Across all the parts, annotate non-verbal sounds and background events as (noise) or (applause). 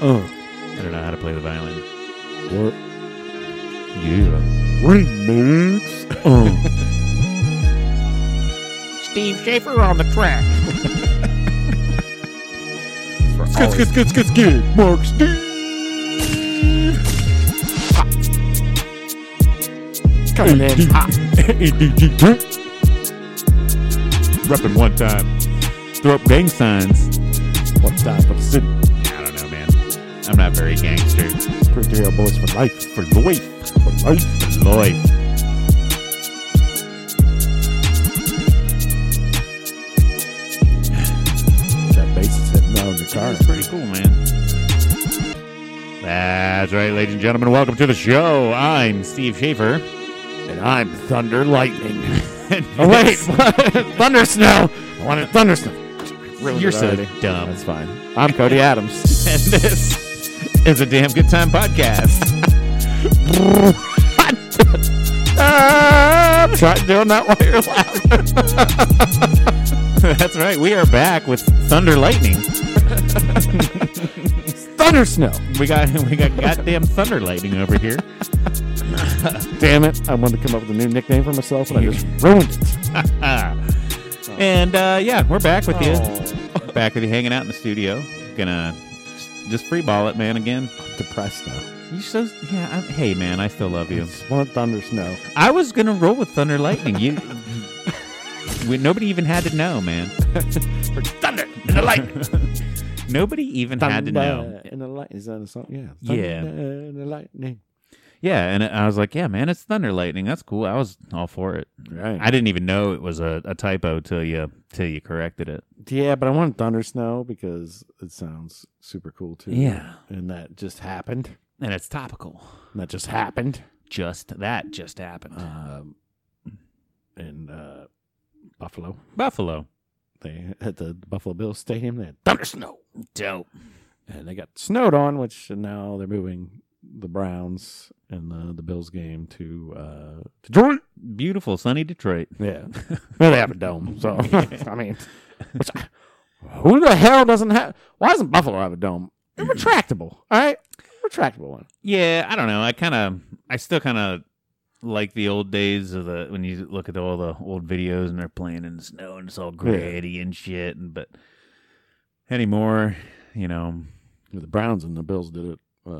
Uh, I don't know how to play the violin. what? Yeah. Remix? Uh, Steve Schaefer on the track. For skid, all- skid, skid, skid, skid. Mark Steve. Coming (laughs) in Ah. hot. ADG. Repping one time. Throw up gang signs. One time for the city. I don't know, man. I'm not very gangster. Pretty damn boys for life. For life. For life. For life. That bass is hitting on the car. That's pretty cool, man. That's right, ladies and gentlemen. Welcome to the show. I'm Steve Schaefer. And I'm Thunder (laughs) Lightning. Oh, wait. (laughs) Thunder Snow. I wanted Thunder Snow. You're so dumb. That's fine. I'm Cody Adams. (laughs) and this is a damn good time (laughs) podcast. I'm trying doing that while you're laughing. (laughs) That's right. We are back with Thunder Lightning. Thunder Snow. We got (laughs) we got goddamn Thunder Lightning over here. Damn it. I wanted to come up with a new nickname for myself and I just ruined it. Ah. and uh, yeah, we're back with you. Back with you, hanging out in the studio. Gonna just free ball it, man. Again, I'm depressed now. you so yeah. I'm, hey, man, I still love I you. just want Thunder Snow. I was gonna roll with Thunder Lightning. You, (laughs) we, nobody even had to know, (laughs) man. Thunder in the light. (laughs) Nobody even had to know. In the light. Is that a song? Yeah. Yeah. Thunder in the lightning. Yeah, and I was like, yeah, man, it's Thunder Lightning. That's cool. I was all for it. Right. I didn't even know it was a, a typo till you till you corrected it. yeah, but I wanted Thunder Snow because it sounds super cool too. Yeah, And that just happened. and it's topical. And that just happened. Just that just happened. Um, in uh, Buffalo. Buffalo. They at the Buffalo Bills Stadium, they had thunder snow, Dope. and they got snowed on. Which now they're moving the Browns and the, the Bills game to uh, to Detroit. Beautiful sunny Detroit. Yeah, (laughs) well they have a dome, so (laughs) I mean, which, who the hell doesn't have? Why doesn't Buffalo have a dome? They're retractable, all right, retractable one. Yeah, I don't know. I kind of, I still kind of like the old days of the when you look at all the old videos and they're playing in the snow and it's all gritty and shit. And but anymore, you know, The Browns and the Bills did it uh,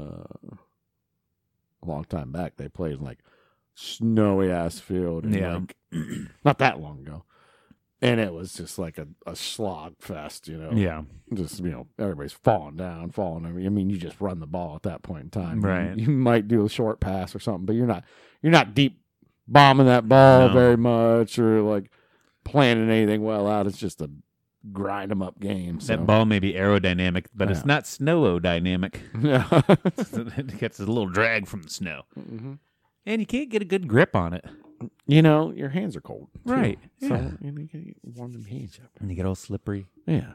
a long time back. They played in like snowy ass field. And Yeah. like, (clears throat) not that long ago. And it was just like a, a slog fest, you know. yeah, Just you know, everybody's falling down, falling over. I mean, you just run the ball at that point in time. Right. You, you might do a short pass or something, but you're not you're not deep bombing that ball No. very much or like planning anything well out. It's just a grind 'em up game. So. that ball may be aerodynamic, but it's Yeah. not snow-odynamic. (laughs) (laughs) Yeah. it gets a little drag from the snow, Mhm. and you can't get a good grip on it. you know, your hands are cold. too. Right, So yeah. you need to warm them hands up. And you get all slippery. Yeah.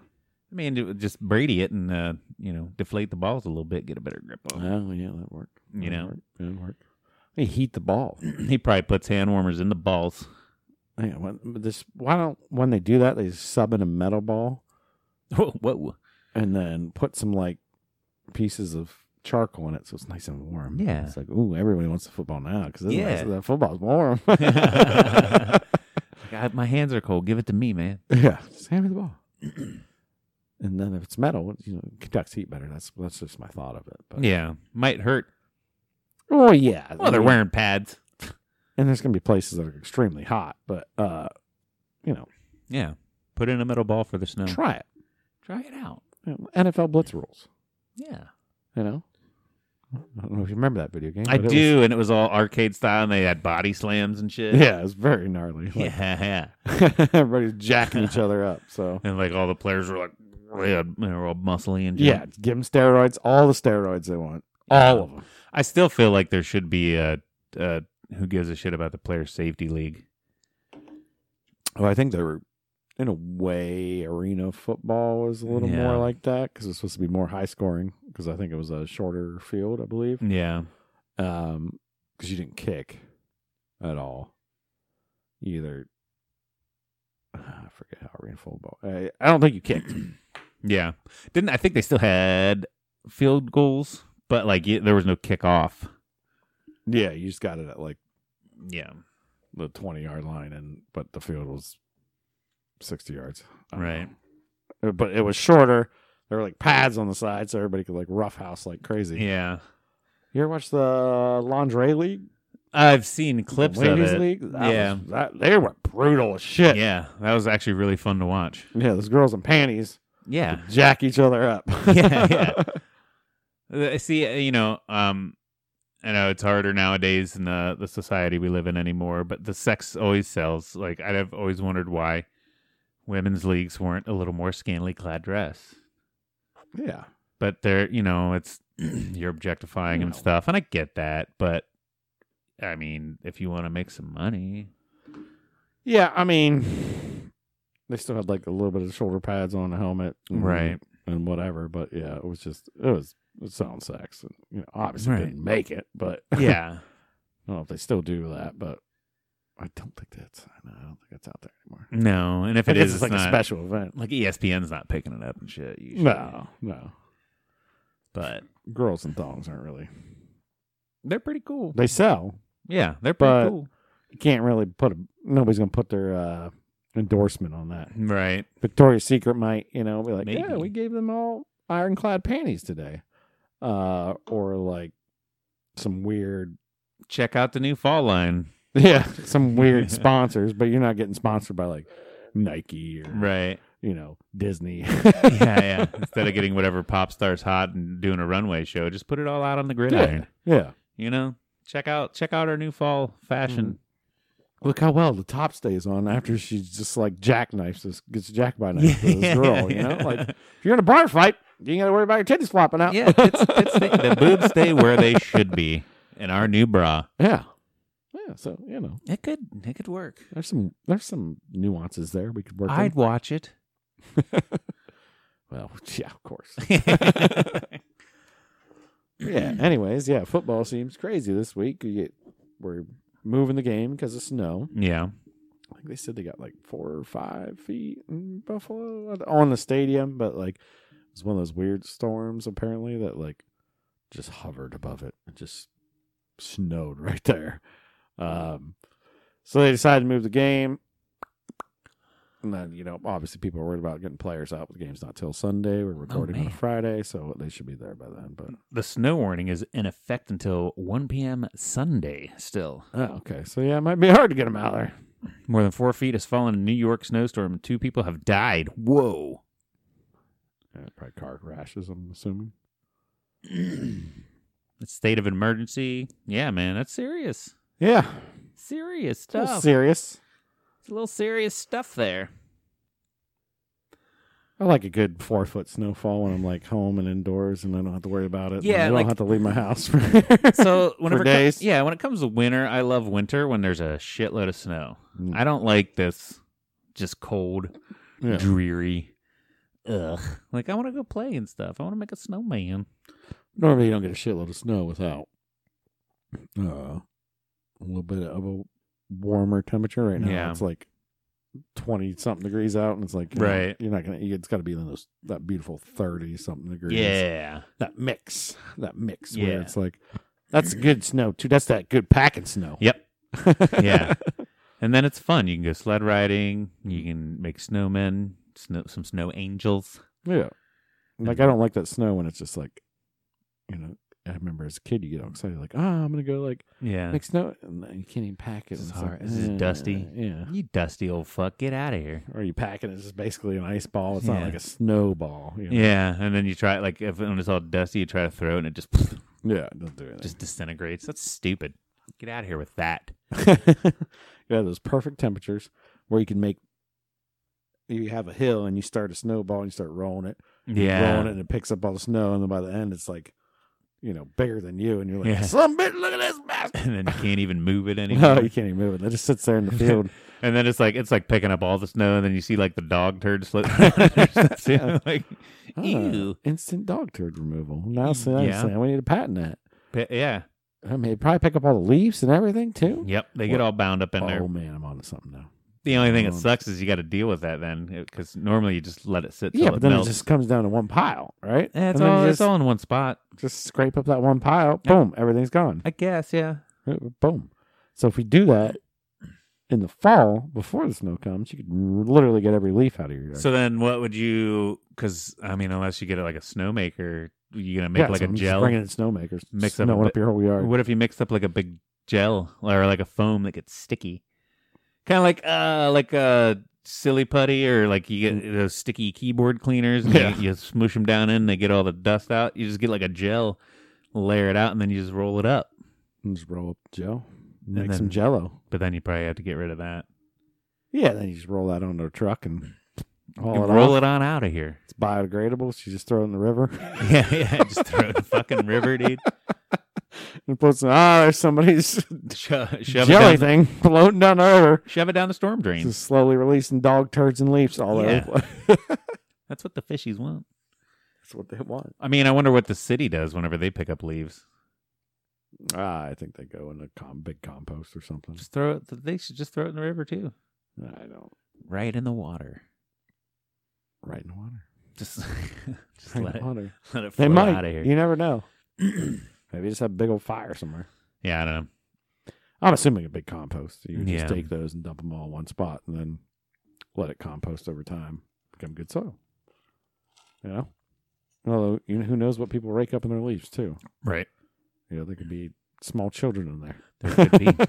I mean, it would just Brady it and uh, you know deflate the balls a little bit, get a better grip on it. Oh, yeah, that worked. You That know. worked. That worked. They heat the ball. (clears throat) he probably puts hand warmers in the balls. Yeah, when, but this, why don't, when they do that, they sub in a metal ball (laughs) Whoa, whoa. and then put some like pieces of charcoal in it so it's nice and warm. Yeah. It's like, ooh, everybody wants the football now because Yeah. the football's (laughs) warm. (laughs) God, my hands are cold. Give it to me, man. Yeah, just hand me the ball. and then if it's metal, you know, it conducts heat better. That's that's just my thought of it. But, Yeah, might hurt. Oh yeah. Well, they're wearing. wearing pads. and there's going to be places that are extremely hot, but uh, you know, Yeah, put in a metal ball for the snow. try it. Try it out. You know, NFL blitz rules, Yeah, you know. I don't know if you remember that video game. I but it do, and it was all arcade style, and they had body slams and shit. was- (laughs) yeah, it was very gnarly. (laughs) Like, yeah. (laughs) everybody's jacking each other up. (laughs) So And like all the players were like, they, had, they were all muscly and shit. yeah, give them steroids, all the steroids they want, all of them. I still feel like there should be a, a who gives a shit about the player safety league. Well, I think they were in a way arena football was a little Yeah. more like that because it's supposed to be more high scoring because I think it was a shorter field, I believe. Yeah, um because you didn't kick at all you either Ah, (clears throat) i forget how arena football I, I don't think you kicked yeah. Didn't I think they still had field goals, but like y- there was no kickoff. Yeah, you just got it at like Yeah, the twenty yard line, and but the field was sixty yards. I don't Right. know. Uh, But it was shorter. There were like pads on the side, so everybody could like roughhouse like crazy. yeah. You ever watch the Lingerie League? I've seen The clips of Ladies it. League? That Yeah. was- that- they were brutal as shit. Yeah. Yeah, that was actually really fun to watch. those girls in panties Yeah, jack each other up. (laughs) Yeah, (laughs) yeah. Uh, see, uh, you know, um, I know it's harder nowadays in the the society we live in anymore, but the sex always sells. Like I've always wondered why women's leagues weren't a little more scantily clad dress. yeah. but they're you know it's (clears throat) you're objectifying and No. stuff and i get that but i mean if you want to make some money Yeah, I mean, they still had like a little bit of shoulder pads on the helmet, and, Right. and whatever. But yeah, it was just it was it sound sex. And, you know, obviously Right. didn't make it, but I (laughs) yeah don't know if they still do that, but I don't think that's I don't think that's out there anymore. no and if I it guess is it's like not, a special event. like E espn's not picking it up and shit usually. No, no, but girls and thongs aren't really. they're pretty cool They sell. yeah they're pretty But- cool You can't really put a nobody's gonna put their uh endorsement on that. right Victoria's Secret might, you know, be like, yeah, Maybe. we gave them all ironclad panties today, uh, or like some weird, check out the new fall line (laughs) yeah, some (laughs) weird sponsors. But you're not getting sponsored by like Nike or right you know Disney. yeah yeah instead of getting whatever pop stars hot and doing a runway show just put it all out on the gridiron (laughs) yeah, you know check out check out our new fall fashion look how well the top stays on after she just like jackknifes this, gets jacked (laughs) by (laughs) knife to this Mm. girl. You know, like if you're in a bar fight, you ain't gotta worry about your titties flopping out. Yeah, tits, tits stay, the (laughs) boobs stay where they should be in our new bra. yeah, yeah. So you know, It could, it could work. there's some there's some nuances there we could work. in. I'd watch (laughs) it. (laughs) Well, (laughs) yeah, of course. yeah, yeah. Anyways, yeah, football seems crazy this week. You get, we're moving the game because of snow. I think they said they got like four or five feet in Buffalo on the stadium, but like it was one of those weird storms apparently that like just hovered above it and just snowed (laughs) right there. Um, so they decided to move the game. And then, you know, obviously people are worried about getting players out. The game's not till Sunday. We're recording on a man. Friday, so they should be there by then. But the snow warning is in effect until 1 p.m. Sunday. Still, Oh, okay. So yeah, it might be hard to get them out of there. more than four feet has fallen in a New York snowstorm. and Two people have died. Whoa. Yeah, probably car crashes. I'm assuming. It's state of emergency. Yeah, man, that's serious. Yeah, Serious it's a little stuff. serious. it's a little serious stuff (laughs) there. I like a good four foot snowfall when I'm like home and indoors, and I don't have to worry about it. and Yeah, I don't like- have to leave my house. (laughs) so whenever it co- days. yeah, when it comes to winter, I love winter when there's a shitload of snow. Mm. I don't like this just cold, yeah. dreary. Ugh. Like I want to go play and stuff. I want to make a snowman. Normally, you don't get a shitload of snow without uh, a little bit of a warmer temperature. Right now, Yeah. it's like twenty something degrees out, and it's like you know, Right. you're not gonna. It's got to be in those that beautiful thirty something degrees. Yeah. that mix, that mix where Yeah. it's like that's good snow too. That's that good packing snow. (laughs) Yep. Yeah. and then it's fun. You can go sled riding. You can make snowmen, snow, some snow angels. yeah. Like I don't like that snow when it's just like, you know. I remember as a kid, you get all excited like, ah, I'm gonna go like Yeah. make snow, and then you can't even pack it. This and is it's hard. like, This is eh, dusty. Yeah. you dusty old fuck, get out of here. Or you pack it, it's just basically an ice ball. It's not Yeah. like a snowball. You know? Yeah, and then you try like if when it's all dusty, you try to throw it and it just (laughs) Yeah. Don't do it. (laughs) just disintegrates. That's stupid. Get out of here with that. yeah, those perfect temperatures where you can make. You have a hill and you start a snowball and you start rolling it. Yeah. rolling it and it picks up all the snow and then by the end it's like you know bigger than you and you're like Yeah. (laughs) some bitch look at this bastard And then you can't even move (laughs) it anymore. no you can't even move it it just sits (laughs) there in the field And then it's like it's like picking up all the snow, and then you see like the dog turd (laughs) (laughs) floating. around or something. like, (laughs) Ah, ew. instant dog turd removal now so now you're Yeah. saying we need to patent that P- Yeah. I mean it'd probably pick up all the leaves and everything too Yep. They get all bound up in oh there. man I'm onto something now The only thing that Um, sucks is you got to deal with that then, because normally you just let it sit. Till Yeah, it but then melts. it just comes down to one pile, right? Eh, it's And then all you it's just, all in one spot. just scrape up that one pile. Yeah. Boom, everything's gone. (laughs) I guess. Yeah. Boom. So if we do that in the fall before the snow comes, you could literally get every leaf out of your yard. So then, what would you? Because I mean, unless you get like a snowmaker, you gonna make Yeah, like so a I'm just gel. Bringing in snowmakers, Mix mix up a snowing up, bit- your whole yard. What if you mixed up like a big gel or like a foam that gets sticky? Kind of like uh like a silly putty or like you get those sticky keyboard cleaners and Mm. Yeah. you, you smoosh them down in, they get all the dust out. You just get like a gel, layer it out, and then you just roll it up. And just roll up gel, And make then- some jello. But then you probably have to get rid of that. Yeah, then you just roll that onto a truck and haul it roll off. it on out of here. (laughs) It's biodegradable, so you just throw it in the river. (laughs) yeah, yeah. Just throw it in the fucking river, dude. and put some, ah, there's (laughs) somebody's Sho- shove, it jelly down, thing (laughs) floating down the river. shove it down the storm drain. Just slowly releasing dog turds and leaves all Yeah. over. That's what the fishies want. (laughs) That's what they want. I mean, I wonder what the city does whenever they pick up leaves. Ah, I think they go in a com- big compost or something. Just throw it. They should just throw it in the river too. I don't. right in the water. (laughs) Right in the water. Just, just Right let, in it, the water. let it They float might. out of here. You never (clears throat) know. Maybe just have a big old fire somewhere. yeah, I don't know. I'm assuming a big compost. You would Yeah. just take those and dump them all in one spot, and then let it compost over time, become good soil. You know, although you know, who knows what people rake up in their leaves too. Right. You know, there could be small children in there. There could (laughs) be.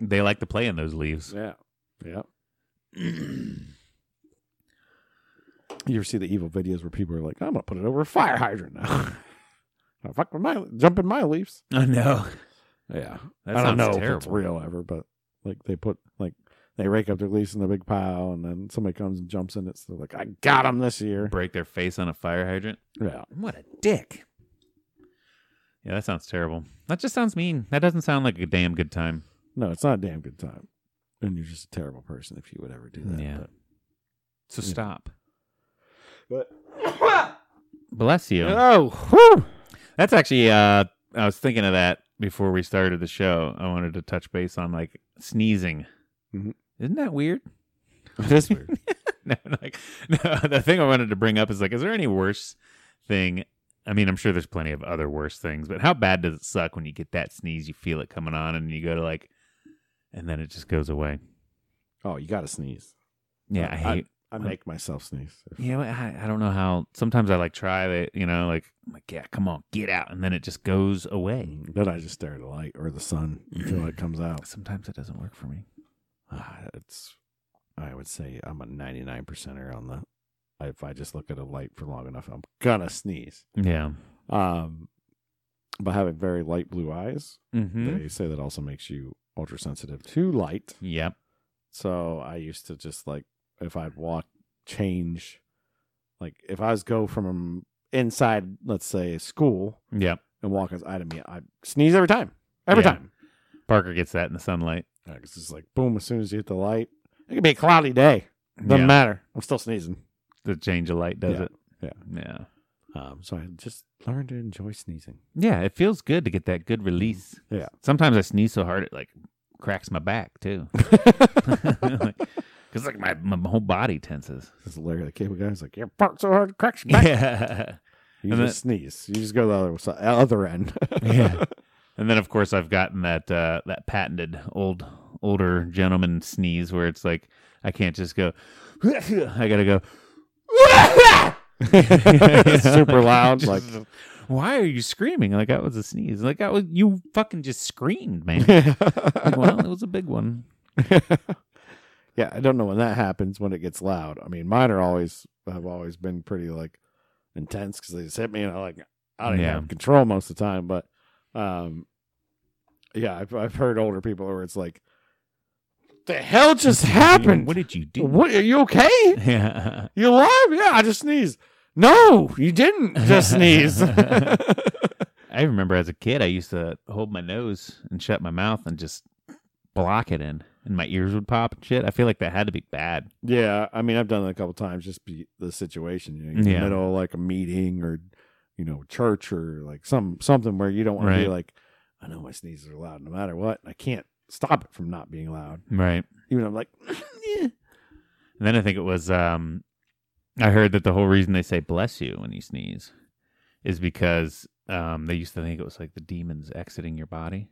they like to play in those leaves. Yeah, yeah. You ever see the evil videos where people are like, "I'm gonna put it over a fire hydrant now." (laughs) Now fuck with my jump in my leaves. I know. Yeah, That I don't sounds know terrible. if it's real ever, but like they put like they rake up their leaves in the big pile, and then somebody comes and jumps in it. So they're like, "I got them this year." Break their face on a fire hydrant. Yeah, What a dick. Yeah, that sounds terrible. That just sounds mean. That doesn't sound like a damn good time. no, it's not a damn good time, and you're just a terrible person if you would ever do that. Yeah. but- So Yeah. stop. But, Bless you. (laughs) oh, whew. That's actually uh I was thinking of that before we started the show. I wanted to touch base on like sneezing. Mhm. Isn't that weird? (laughs) it is weird. no, like no, the thing I wanted to bring up is like, is there any worse thing? I mean, I'm sure there's plenty of other worse things, but how bad does it suck when you get that sneeze, you feel it coming on, and you go to like, and then it just goes away? oh, you got to sneeze. Yeah, I hate. I make (laughs) myself sneeze. you know, I, I don't know how. Sometimes I like try it, you know, like I'm like yeah, come on, get out, and then it just goes away. Then I just stare at the light or the sun until it comes out. Sometimes it doesn't work for me. Ah, It's, I would say I'm a 99 percenter on the. If I just look at a light for long enough, I'm gonna sneeze. Yeah. Um, by having very light blue eyes, Mm-hmm. they say that also makes you ultra sensitive to light. Yep. So I used to just like if I'd walk, change, like if I was go from um, inside, let's say school, Yep. and walk outside of me, I sneeze every time, every Yeah. time. Parker gets that in the sunlight. Because it's just like boom, as soon as you hit the light, it could be a cloudy day. Doesn't yeah. matter. I'm still sneezing. The change of light does Yeah. it. Yeah. Yeah. Um, so I just learned to enjoy (laughs) sneezing. Yeah, it feels good to get that good release. Yeah. Sometimes I sneeze so hard it like cracks my back too. (laughs) like, Cause like my, my whole body tenses. This Larry the Cable Guy was like, "You're barked so hard, it cracks your back." (laughs) (laughs) Yeah. You And just sneeze. You just go the other, si- other end. yeah. (laughs) And then of course I've gotten that uh, that patented old older gentleman sneeze where it's like I can't just go. (laughs) I gotta go. (laughs) (laughs) super (laughs) loud. Like, Just- why are you screaming? Like that was a sneeze. Like that was you fucking just screamed, (laughs) man. well, it was a big one. yeah, I don't know when that happens when it gets loud. I mean, mine are always have always been pretty like intense because they just hit me and I like I don't even Yeah. have control most of the time. But um, yeah, I've I've heard older people where it's like, the hell just happened. What did you do? What are you okay? Yeah. You alive? Yeah, I just sneezed. No, you didn't (laughs) just (laughs) sneeze. (laughs) I remember as a kid, I used to hold my nose and shut my mouth and just block it in, and my ears would pop and shit. I feel like that had to be bad. yeah, I mean, I've done it a couple times. Just be the situation. You know, you're in Yeah. the middle of like a meeting or you know church or like some something where you don't want to be Right. like, I know my sneezes are loud no matter what. and I can't stop it from not being loud. Right. Even I'm like, (laughs) And then I think it was um, I heard that the whole reason they say bless you when you sneeze is because um, they used to think it was like the demons exiting your body.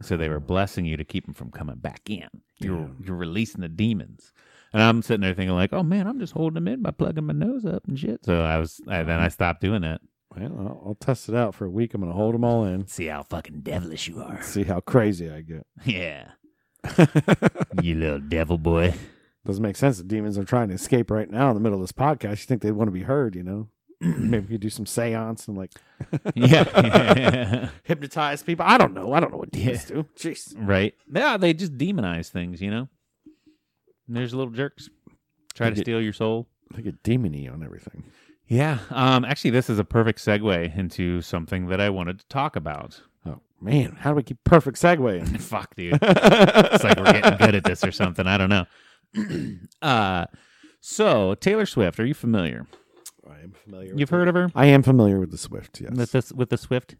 So they were blessing you to keep them from coming back in. You're Yeah. you're releasing the demons. And I'm sitting there thinking like, "Oh man, I'm just holding them in by plugging my nose up and shit." So I was I, then I stopped doing that. Well, I'll, I'll test it out for a week. I'm going to hold them all in, See how fucking devilish you are. see how crazy I get. (laughs) Yeah. you little devil boy. (laughs) Doesn't make sense. The demons are trying to escape right now in the middle of this podcast. You think they'd want to be heard, you know? (clears throat) Maybe we could do some seance and like yeah. (laughs) hypnotize people. I don't know. I don't know what demons do. Jeez. right. Yeah, they just demonize things, you know? And there's little jerks. Try to Did it- steal your soul. They get demony on everything. Yeah. Um, actually, this is a perfect segue into something that I wanted to talk about. (laughs) Oh, man. How do we keep perfect segue in? Fuck, dude. It's like we're getting good at this or something. I don't know. (clears throat) uh, so, Taylor Swift, are you familiar? I am familiar. You've heard of her? I am familiar with the Swift, yes. Mm. with this with the Swift.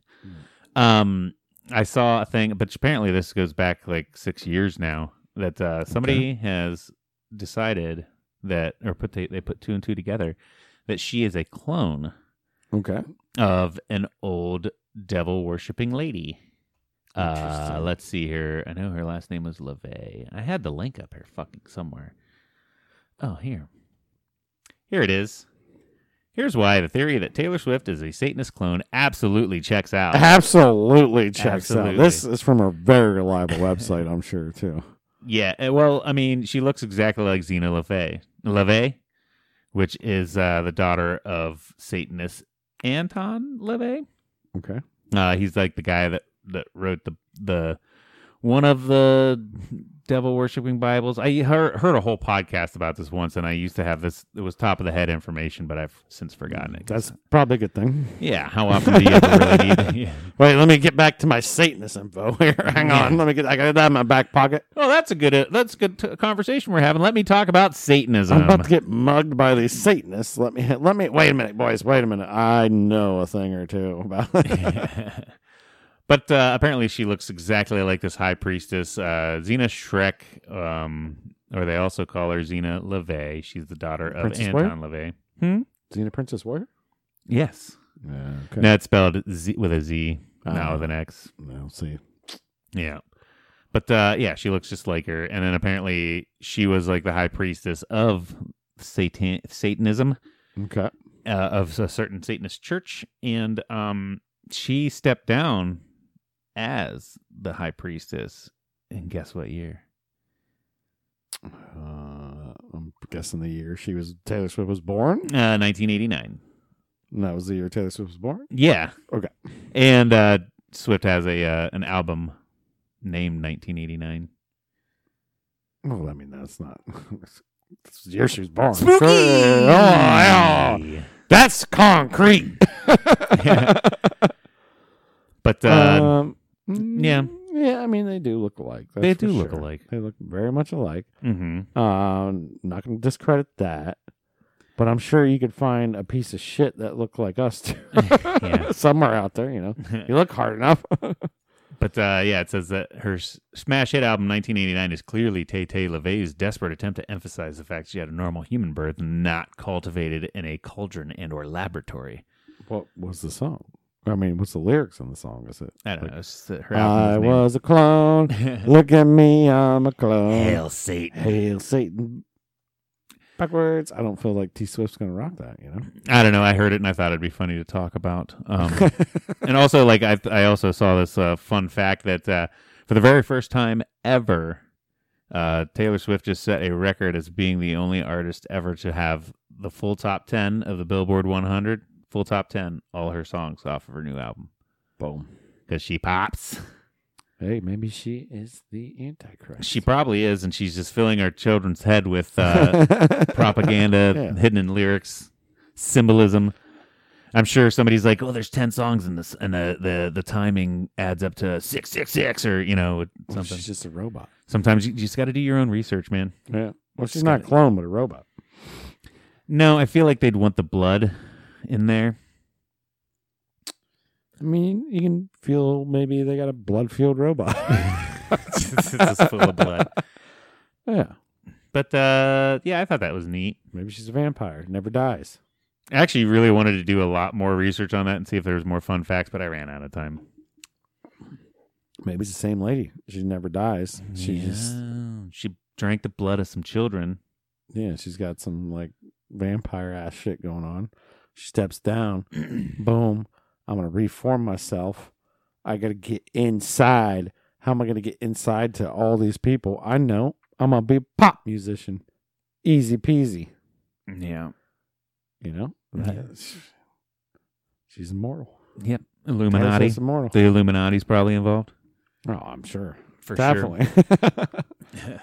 Um, I saw a thing, but apparently this goes back like six years now that uh, somebody has decided that, or put they, they put two and two together that she is a clone okay. of an old devil worshipping lady. Uh, Interesting. let's see here. I know her last name was LeVay. I had the link up here fucking somewhere. Oh, here. Here it is. Here's why the theory that Taylor Swift is a Satanist clone absolutely checks out. Uh-huh. Absolutely checks Absolutely. out. This is from a very reliable website, I'm sure, too. Yeah, uh, well, I mean, she looks exactly like Zena LeVay, LeVay which is uh, the daughter of Satanist Anton LeVay. Okay. Uh, he's like the guy that that wrote the the one of the devil worshipping Bibles. I heard heard a whole podcast about this once, and I used to have this. It was top of the head information, but I've since forgotten it. That's probably a good thing. yeah. How often do you ever really (laughs) need? Yeah. Wait, let me get back to my Satanist info (laughs) here. Hang on. Let me get I got that in my back pocket. Oh, that's a good uh, that's a good t- conversation we're having. Let me talk about Satanism. I'm about to get mugged by these Satanists. Let me let me wait a minute, boys. Wait a minute. I know a thing or two (laughs) about (laughs) but uh, apparently, she looks exactly like this high priestess, uh, Zena Shrek, um, or they also call her Zena LeVay. She's the daughter of Princess Anton LeVay. Hmm? Xena Princess Warrior. Yes. Uh, Yeah. Okay. No, it's spelled Z with a Z, not Ah. with an X. No, see. Yeah. But uh, yeah, she looks just like her. And then apparently, she was like the high priestess of Satan- Satanism. Okay. uh, of a certain Satanist church, and um, she stepped down as the high priestess. And guess what year? Uh, I'm guessing the year she was Taylor Swift was born. Uh, 1989. And that was the year Taylor Swift was born. Yeah. Oh, Okay. And uh, Swift has a uh, an album named 1989. Well, I mean that's not. (laughs) That's the year she was born. Sure. Oh, Oh, yeah. That's concrete. (laughs) But uh, um, yeah. yeah. I mean, they do look alike. that's They for do look sure. alike. They look very much alike. mhm. Uh, not going to discredit that, but I'm sure you could find a piece of shit that looked like us (laughs) too. Yeah. somewhere out there. (laughs) You know, you look hard enough. But uh, yeah, it says that her s- smash hit album 1989 is clearly Tay Tay LaVey's desperate attempt to emphasize the fact she had a normal human birth, not cultivated in a cauldron and or laboratory. what was the song? I mean, what's the lyrics on the song? Is it? I don't know. It's just that her I album was a (laughs) clone. named- look at me, I'm a clone. Hail Satan. Hail Satan. Backwards. I don't feel like T Swift's gonna rock that. (laughs) You know. I don't know. I heard it and I thought it'd be funny to talk about. Um, and also, like I, I also saw this uh, fun fact that uh, for the very first time ever, uh, Taylor Swift just set a record as being the only artist ever to have the full top ten of the Billboard 100, full top ten, all her songs off of her new album Boom. because she pops. (laughs) Hey, maybe she is the Antichrist. She probably is, and she's just filling our children's head with uh, (laughs) propaganda Yeah. hidden in lyrics, symbolism. I'm sure somebody's like, "Oh, there's ten songs in this, and the the, the timing adds up to six six six, or you know Well, something." She's just a robot. Sometimes you, you just got to do your own research, man. Yeah. Well, she's Just not a clone, but a robot. No, I feel like they'd want the blood in there. I mean, you can feel maybe they got (laughs) a (laughs) blood fueled robot. it's just full of blood. yeah. But But uh, yeah, I thought that was neat. Maybe she's a vampire. Never dies. I actually really wanted to do a lot more research on that and see if there was more fun facts, but I ran out of time. Maybe it's the same lady. She never dies. She just Yeah. she drank the blood of some children. yeah. She's got some like vampire ass shit going on. She (clears throat) steps down. boom. I'm gonna reform myself. I gotta get inside. How am I gonna get inside to all these people? I know. I'm gonna be a pop musician. Easy peasy. yeah. You know. That's- (sighs) She's immortal. Yep. Taylor Illuminati. Swift's immortal. The Illuminati's probably involved. Oh, I'm sure. For Definitely. (laughs) sure. (laughs)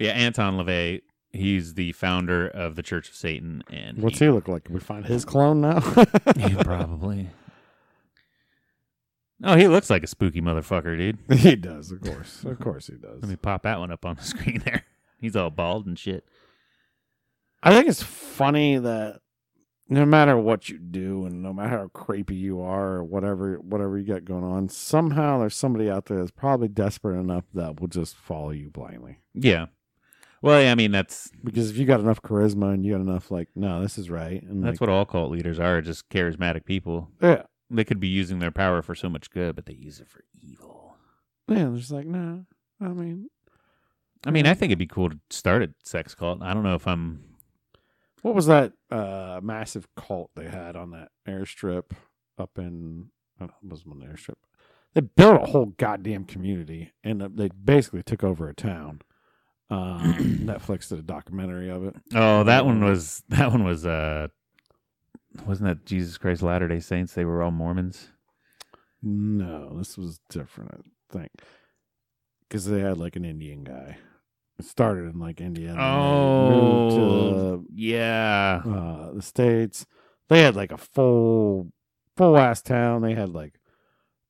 yeah, Anton LaVey, he's the founder of the Church of Satan and What's he look like? Can we find his (laughs) clone now? (laughs) Yeah, probably. Oh, he looks like a spooky motherfucker, dude. he does, of course. Of course he does. Let me pop that one up on the (laughs) screen there. He's all bald and shit. I think it's funny that no matter what you do and no matter how creepy you are or whatever whatever you got going on, somehow there's somebody out there that's probably desperate enough that will just follow you blindly. Yeah. Well, yeah, I mean that's Because if you got enough charisma and you got enough like, no, this is right and that's like, what all cult leaders are, just charismatic people. Yeah. They could be using their power for so much good, but they use it for evil. Yeah, they're just like, no. I mean I mean, I think it'd be cool to start a sex cult. I don't know if I'm what was that uh massive cult they had on that airstrip up in I don't know, it wasn't an airstrip. They built a whole goddamn community and uh, they basically took over a town. Um, Netflix did a documentary of it. Oh, that one was (laughs) that one was uh wasn't that Jesus Christ Latter Day Saints? They were all Mormons. No, this was different, I think, because they had like an Indian guy. It started in like India. and then they moved to the- yeah. uh, the states. They had like a full full ass town. They had like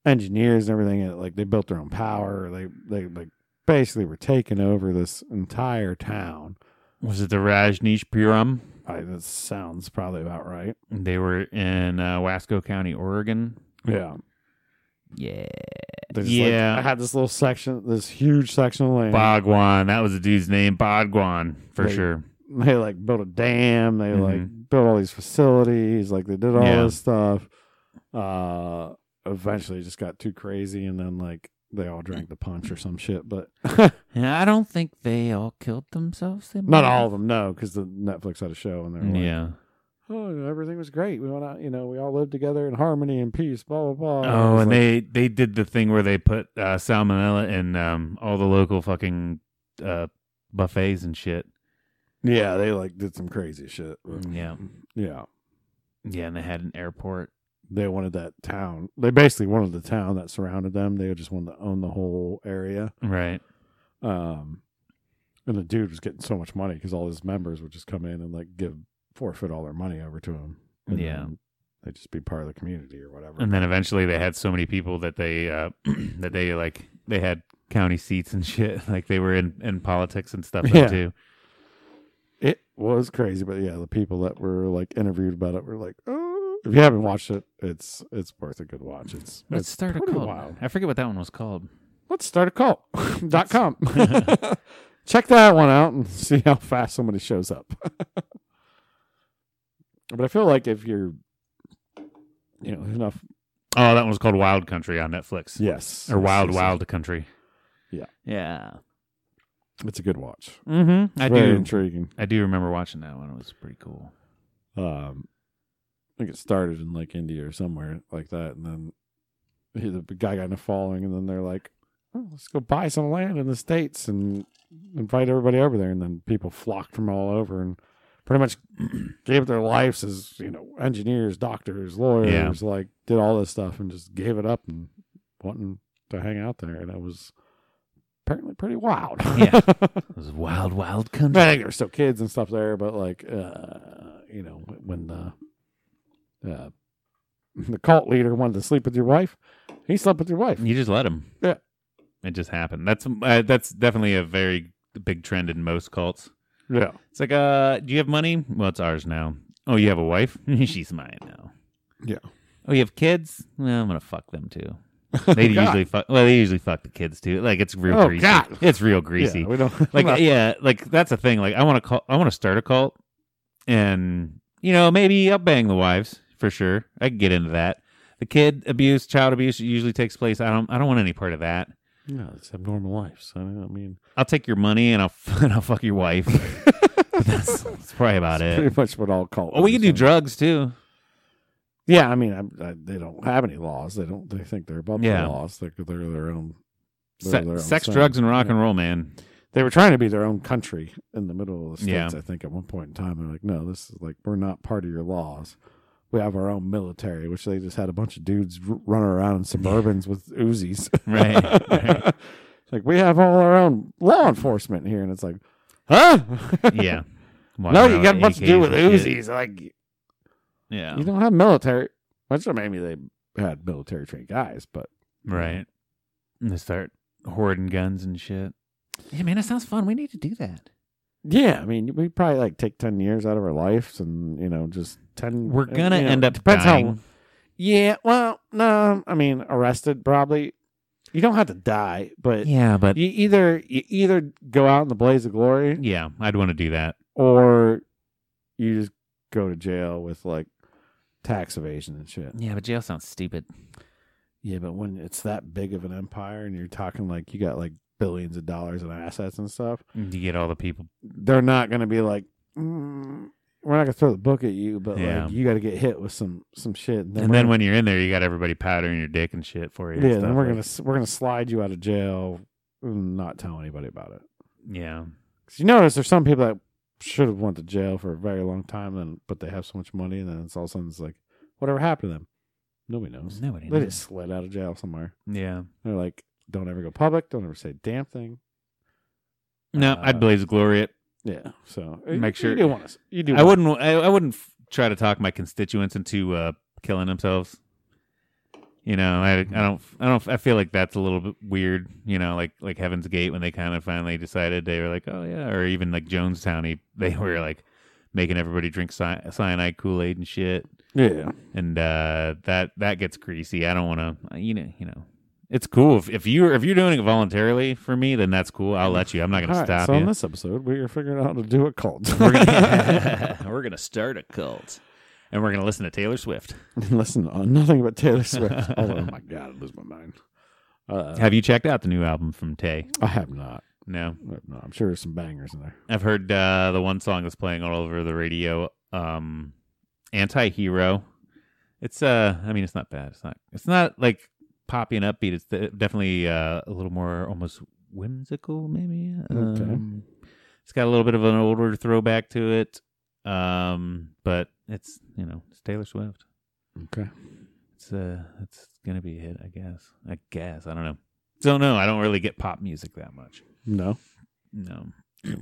engineers and everything. And, like they built their own power. They they like basically were taking over this entire town. Was it the Rajneesh Puram? I, that sounds probably about right. They were in uh, Wasco County, Oregon. Yeah. Yeah. They just, Yeah. Like, I had this little section, this huge section of land. Bogwan. That was the dude's name. Bogwan, for They- sure. They like built a dam. They like built all these facilities. Like they did all Mm-hmm. Yeah. this stuff. Uh, eventually, it just got too crazy, and then like they all drank the punch or some shit. (laughs) But I don't think they all killed themselves. They Not all of them, no, because the Netflix had a show and they were like, Yeah. "Oh, everything was great. We went out, you know, we all lived together in harmony and peace." Blah Oh, blah blah. it was and like, they they did the thing where they put uh, salmonella in um, all the local fucking uh, buffets and shit. yeah, they like did some crazy shit. but- Mm, Yeah. yeah, Yeah, and they had an airport. they wanted that town. They basically wanted the town that surrounded them. They just wanted to own the whole area. Right. Um, and the dude was getting so much money because all his members would just come in and like give forfeit all their money over to him. And Yeah. then they'd just be part of the community or whatever. And then eventually they had so many people that they uh (clears throat) that they like they had county seats and (laughs) shit. Like they were in in politics and stuff Yeah. too. It was crazy, but yeah, the people that were like interviewed about it were like, "Oh, if you haven't watched it, it's it's worth a good watch." It's Let's it's start a pretty cult. wild. I forget what that one was called. Let's start (laughs) a cult dot com. (laughs) Check that one out and (laughs) see how fast somebody shows up. (laughs) but I feel like if you're, you know, enough. Oh, that one was called Wild Country on Netflix. Yes, Or Wild Yes, yes, Wild Country. Yeah. Yeah. yes. It's a good watch. Mm-hmm. I Very do intriguing. I do remember watching that one. It was pretty (laughs) cool. um I think it started in like India or somewhere like that, and then he, the guy got in a following, and then they're like, oh, "Let's go buy some land in the states and invite everybody over there," and then people flocked from all over and pretty much (clears throat) gave their lives as you know engineers, doctors, lawyers, like did all this stuff and just gave it up and wanting to hang out there, and it was apparently pretty wild. (laughs) Yeah. It was Wild Wild Country. I think there's still kids and stuff there, but like, uh, you know, when the uh, (laughs) the cult leader wanted to sleep with your wife, he slept with your wife. You just let them. Yeah. It just happened. That's uh, that's definitely a very big trend in most cults. Yeah, It's like, uh, do you have money? Well, it's ours now. Oh, you have a wife? (laughs) She's mine now. Yeah. (laughs) Oh, you have kids? Well, I'm gonna fuck them too. They God. usually fuck. Well, they usually fuck the kids too. Like it's real Oh, greasy. God. It's real greasy. Yeah, we don't (laughs) like I'm not- yeah, like that's the thing. Like I want to call. I want to start a cult, and you know maybe I'll bang the wives for sure. I can get into that. The kid abuse, child abuse usually takes place. I don't. I don't want any part of that. no, it's abnormal lives. I don't I mean, I'll take your money and I'll (laughs) f- and I'll fuck your (laughs) wife. that's, that's probably about that's it. pretty much what all cult. Oh, we can do drugs. drugs too. Yeah, I mean, I, I, they don't have any laws. They don't. They think they're above Yeah. the laws. They're, they're their own. they're Se- their own sex, thing. drugs, and rock Yeah. and roll, (laughs) man. They were trying to be their own country in the middle of the states. Yeah. I think at one point in time, they're like, "No, this is like we're not part of your laws. We have our own military," which they just had a bunch of dudes r- running around in Suburbans with Uzis. (laughs) Right. right. It's (laughs) like we have all our own law enforcement here, and it's like, huh? (laughs) Yeah. no, you got much to do with AKs and shit. Uzis. Like Yeah. you don't have military. Which maybe they had military trained guys, but Right. And they start hoarding guns and shit. Yeah, man, that sounds fun. We need to do that. Yeah, I mean, we probably like take ten years out of our lives, and you know, just ten. We're and, gonna you know, end up Uh, depends dying. how. Yeah, well, no, I mean, arrested probably. You don't have to die, but yeah, but you either you either go out in the blaze of glory, yeah, I'd want to do that. or you just go to jail with like tax evasion and shit. Yeah, but jail sounds stupid. Yeah, but when it's that big of an empire, and you're talking like you got like billions of dollars in assets and stuff, You get all the people. they're not going to be like, mm, we're not going to throw the book at you, but Yeah. like you got to get hit with some some shit. And then when you're in there, you got everybody powdering your dick and shit for you. and yeah, stuff then we're like- gonna s- we're gonna slide you out of jail, and not tell anybody about it. Yeah. 'Cause you notice there's some people that should have went to jail for a very long time, then but they have so much money, and then it's all of a sudden it's like, whatever happened to them? Nobody knows. Nobody They knows. just slid out of jail somewhere. Yeah. They're like, don't ever go public. Don't ever say a damn thing. No, Uh, I'd blaze glory it. Yeah. So Make sure- you do want to. You do. I wouldn't. I, I wouldn't f- try to talk my constituents into uh, killing themselves. You know, I, I Mm-hmm. don't. I don't. I feel like that's a little bit weird. You know, like like Heaven's Gate when they kind of finally decided they were like, oh yeah, or even like Jonestown, he, they (laughs) were like making everybody drink cy- cyanide Kool Aid and shit, Yeah. and uh, that that gets greasy. I don't want to. You know. You know. It's cool if, if you're if you're doing it voluntarily for me, then that's cool. I'll let you. I'm not going Mm-hmm. All to right, stop so you. in this episode, we are figuring out how to do a cult. (laughs) We're gonna we're gonna start a cult, and we're gonna listen to Taylor Swift. (laughs) Listen, uh, nothing but Taylor (laughs) Swift. oh, oh my god, I lose my mind. Uh, Have you checked out the new album from Tay? I have not. No, I have not. I'm sure there's some bangers in there. I've heard uh, the one song that's playing all over the radio, um, "Anti-Hero." It's uh, I mean, it's not bad. It's not. It's not like poppy and upbeat. It's de- definitely uh, a little more almost whimsical, maybe. Okay. Um, it's got a little bit of an older throwback to it, um, but it's you know it's Taylor Swift. Okay. It's uh, it's gonna be a hit, I guess. I guess I don't know. Don't know. I don't really get pop music that much. No, No, you're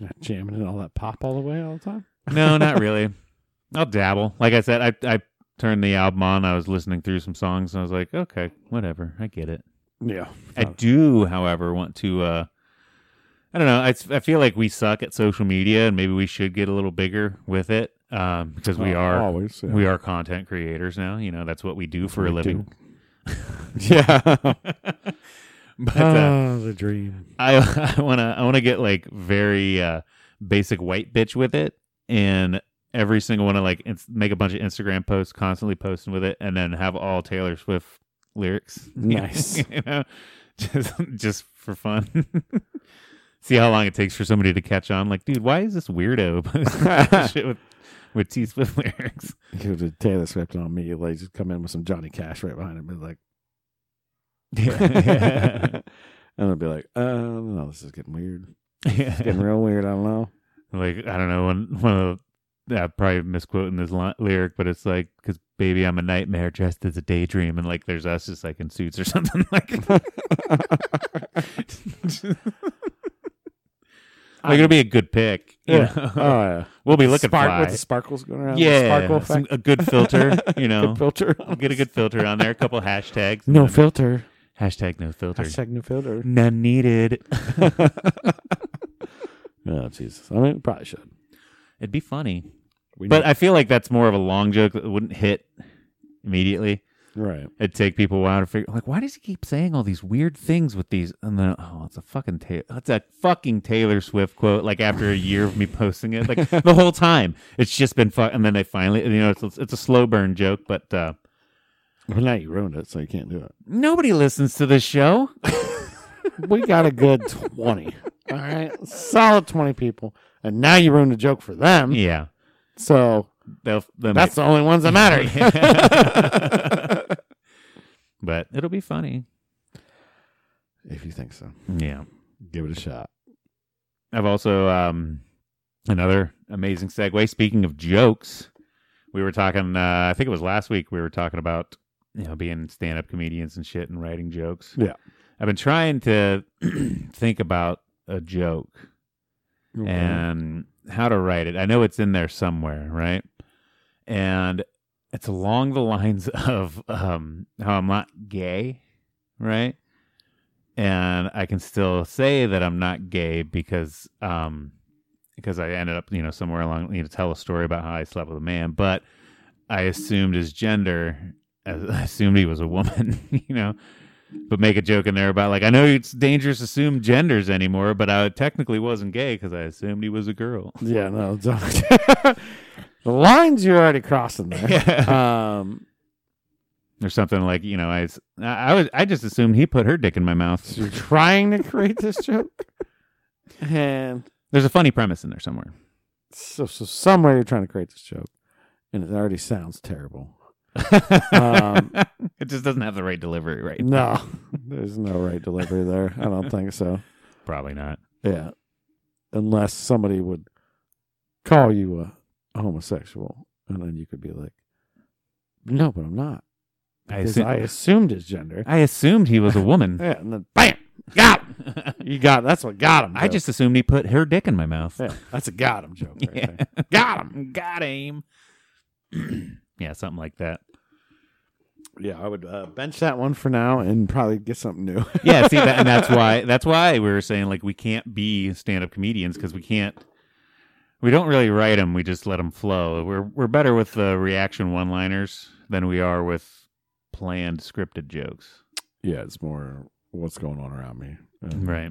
not jamming in all that pop all the way all the time. no, not really. I'll dabble. Like I said, I I turned the album on. I was listening through some songs, and I was like, okay, whatever. I get it. Yeah. I do, however, want to. uh I don't know. I, s- I feel like we suck at social media, and maybe we should get a little bigger with it um, because we Oh, are always. Yeah. we are content creators now. You know, that's what we do for a We do. living. (laughs) (laughs) yeah. But uh, oh, the dream. I (laughs) I want to I want to get like very uh, basic white bitch with it, and every single one of like ins- make a bunch of Instagram posts, constantly posting with it, and then have all Taylor Swift lyrics. (laughs) Nice. you know, (laughs) just just for fun. (laughs) See how long it takes for somebody to catch on. Like, dude, why is this weirdo (laughs) posting shit with with T Swift lyrics? (laughs) You could have Taylor Swift on me, like just come in with some Johnny Cash right behind him, and be like, (laughs) and I'll be like, uh, no, this is getting weird. Getting real weird. I don't know. like I don't know one one of the, yeah, probably misquoting this li- lyric, but it's like because baby, I'm a nightmare dressed as a daydream, and like there's us just like in suits or (laughs) something like. (laughs) like it'll be a good pick. you (laughs) Yeah. know? (laughs) Oh yeah. (laughs) we'll be looking Spark- fly. with the sparkles going around. the yeah, sparkle some- (laughs) effect. a good filter. You know, Good (laughs) filter. We'll get a good filter on there. A couple hashtags. No and then- filter. (laughs) hashtag no filter. Hashtag no filter. None needed. Oh Jesus! I mean, we probably should. (laughs) It'd be funny. We But need- I feel like that's more of a long joke that wouldn't hit immediately. Right. It'd take people a while to figure. Like, why does he keep saying all these weird things with these? And then, oh, it's a fucking Taylor. It's a fucking Taylor Swift quote. Like after a year of me posting it, like the whole time, it's just been fuck. And then they finally, you know, it's it's a slow burn joke, but uh, Well, now you ruined it, so you can't do it. nobody listens to this show. We got a (laughs) good 20. All right. Solid 20 people. And now you ruined a joke for them. yeah, So they'll. they'll that's the only ones (laughs) that matter. matter. but it'll be funny. (laughs) If you think so, Yeah. give it a shot. I've also um, another amazing segue. Speaking of jokes, we were talking. Uh, I think it was last week. We were talking about you know being stand-up comedians and shit and writing jokes. Yeah. I've been trying to (clears throat) think about a joke and how to write it. I know it's in there somewhere, right? And it's along the lines (laughs) of um, how I'm not gay, right? And I can still say that I'm not gay because um, because I ended up you know somewhere along you know tell a story about how I slept with a man, but I assumed his gender. (laughs) I assumed he was a woman, (laughs) you know, but make a joke in there about like I know it's dangerous to assume genders anymore, but I technically wasn't gay because I assumed he was a (laughs) girl. Yeah, no, don't. the lines you're already crossing there. Um, or something like you know I, s- I- I was I just assumed he put her dick in my mouth. so you're trying to create this joke, and There's a funny premise in there somewhere. so so somewhere you're trying to create this joke, and it already sounds terrible. Um, (laughs) it just doesn't have the right delivery, right? No, (laughs) there's no right delivery there. I don't think so. probably not. Yeah, unless somebody would call you a homosexual, and then you could be like, "No, but I'm not." I, Because assu- I assumed his gender. (laughs) I assumed he was a (laughs) woman. (laughs) Yeah, and then bam, got him. You got that's what got him. I just assumed he put her dick in my (laughs) mouth. yeah, that's a got him joke. (laughs) Right Yeah. there. Got him. Got him. (clears throat) yeah, something like that. yeah, I would uh, bench that one for now and probably get something new. (laughs) Yeah, see that, and that's why that's why we were saying like we can't be stand-up comedians because we can't. We don't really write them. We just let them flow. We're we're better with the reaction one-liners than we are with planned scripted jokes. yeah, it's more what's going on around me. Uh, Right.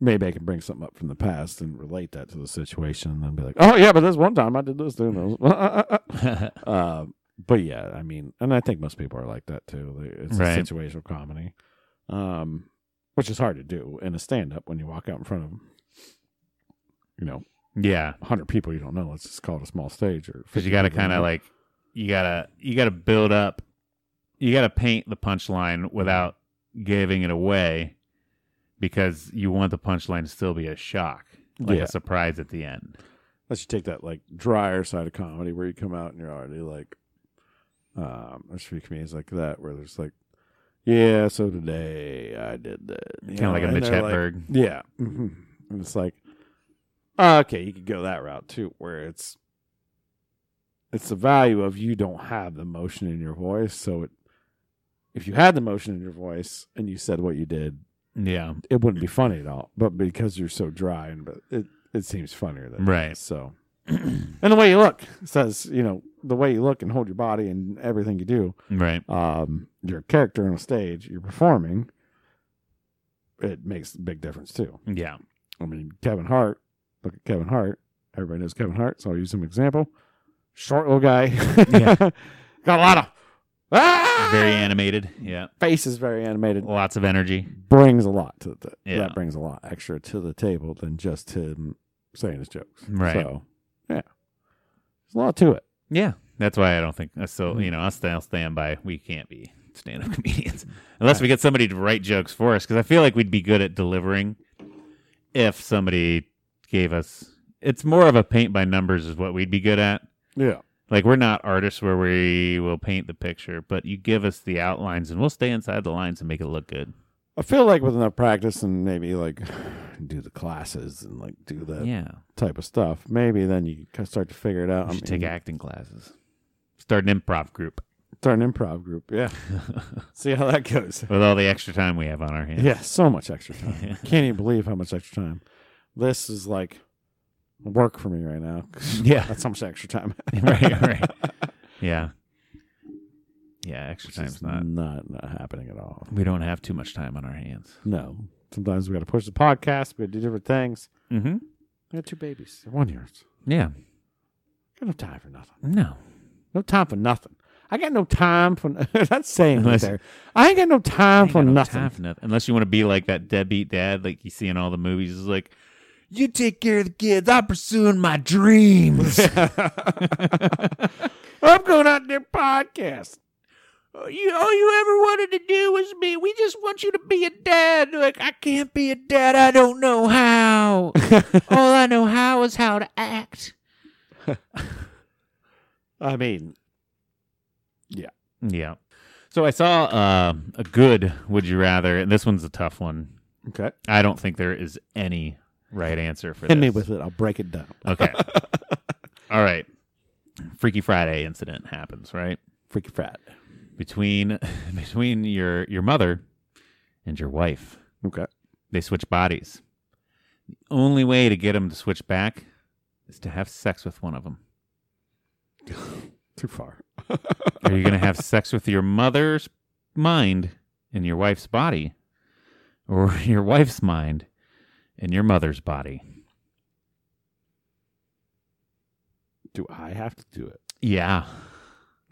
Maybe I can bring something up from the past and relate that to the situation, and then be like, "Oh yeah, but this one time I did this, doing this." (laughs) Uh, but yeah, I mean, and I think most people are like that too. They- It's Right. a situational comedy, um, which is hard to do in a stand-up when you walk out in front of, you know, yeah, 100 people you don't know. Let's just call it a small stage or because 50 you got to people you kind of know. like you gotta you gotta build up. You gotta paint the punchline without giving it away, because you want the punchline to still be a shock, like Yeah. a surprise at the end. unless you take that like drier side of comedy where you come out and you're already like, um, there's a few comedians like that where there's like, yeah, so today I did that, Kind You of know, like a and Mitch they're like, Hedberg. yeah, hmm and it's like, uh, okay, you could go that route too, where it's, it's the value of you don't have the motion in your voice, so it. If you had the motion in your voice and you said what you did, yeah. it wouldn't be funny at all. But because you're so dry, and but it it seems funnier than Right. So, and the way you look says you know the way you look and hold your body and everything you do. Right. Um, you're a character on a stage. You're performing. It makes a big difference too. Yeah. I mean, Kevin Hart. Look at Kevin Hart. Everybody knows Kevin Hart, so I'll use him as an example. Short little guy. Yeah. (laughs) Got a lot of ah! Very animated. Yeah. face is very animated Lots of energy. brings a lot to the Yeah. that brings a lot extra to the table than just him saying his jokes. Right. So yeah. There's a lot to it. Yeah. That's why I don't think I still, you know, I still stand by we can't be stand up (laughs) comedians unless we get somebody to write jokes for us because I feel like we'd be good at delivering if somebody gave us. It's more of a paint by numbers is what we'd be good at. Yeah. Like we're not artists where we will paint the picture, but you give us the outlines and we'll stay inside the lines and make it look good. I feel like with enough practice and maybe like (sighs) do the classes and like do that yeah. type of stuff, maybe then you can start to figure it out. You I should take mean, acting classes. Start an improv group start an improv group. (laughs) Yeah. See how that goes. with all the extra time we have on our hands. (laughs) Yeah, so much extra time. Can't even believe how much extra time. This is like work for me right now. (laughs) Yeah. (laughs) That's how much extra time. right, right. Yeah. Yeah, extra which is time's not. not not happening at all. We don't have too much time on our hands. No, sometimes we got to push the podcast. We got to do different things. Mm-hmm. I got two babies. They're one years. Yeah. Got no time for nothing. No. No time for nothing. I got no time for. (laughs) that's saying right Unless- there. I ain't got no time I ain't for got no (laughs) nothing. time for nothing. Unless you want to be like that deadbeat dad, like you see in all the movies, is like, you take care of the kids. I'm pursuing my (laughs) dreams. I'm going out there podcast. you, all you ever wanted to do was be. We just want you to be a dad. Like I can't be a dad. I don't know (laughs) how. all I know how is how to act. I mean, Yeah. So I saw uh, a good would you rather, and this one's a tough one. okay. I don't think there is any right answer for Hit this. me with it. I'll break it down. (laughs) Okay. All right. Freaky Friday incident happens, right? Freaky frat. Between (laughs) between your your mother and your wife. Okay. They switch bodies. The only way to get them to switch back is to have sex with one of them. Too far. Are you going to have sex with your mother's mind and your wife's body or (laughs) your wife's mind and your mother's body? Do I have to do it? Yeah.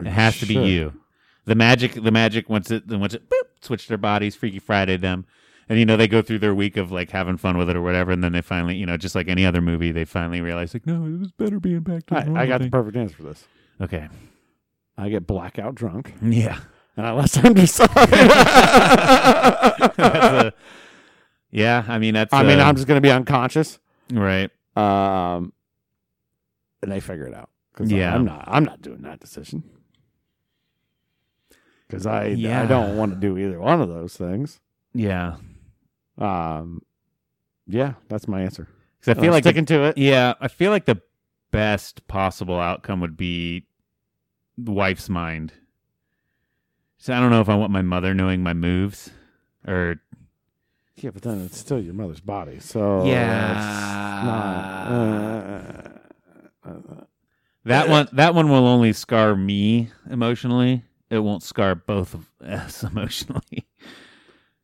It has to be Sure. you. The magic, the magic. Once it, then once it, boop, switch their bodies. Freaky Friday them, and you know they go through their week of like having fun with it or whatever, and then they finally, you know, just like any other movie, they finally realize like, no, it was better being back to All the right, normal I got the thing. perfect answer for this. okay, I get blackout drunk yeah, and I let (laughs) somebody I (laughs) That's a- yeah. I mean, that's. mean, uh, I'm just going to be unconscious. right. Um, and they figure it out. 'Cause I- Yeah. I'm not. I'm not doing that decision. Because I, I Yeah. don't want to do either one of those things. Yeah, Um, yeah, that's my answer. because I feel I'm like the- sticking to it. yeah, I feel like the best possible outcome would be the wife's mind. So I don't know if I want my mother knowing my moves or Yeah, but then it's still your mother's body. So it's not, uh, uh, that one that one will only scar me emotionally. It won't scar both of us (laughs) emotionally.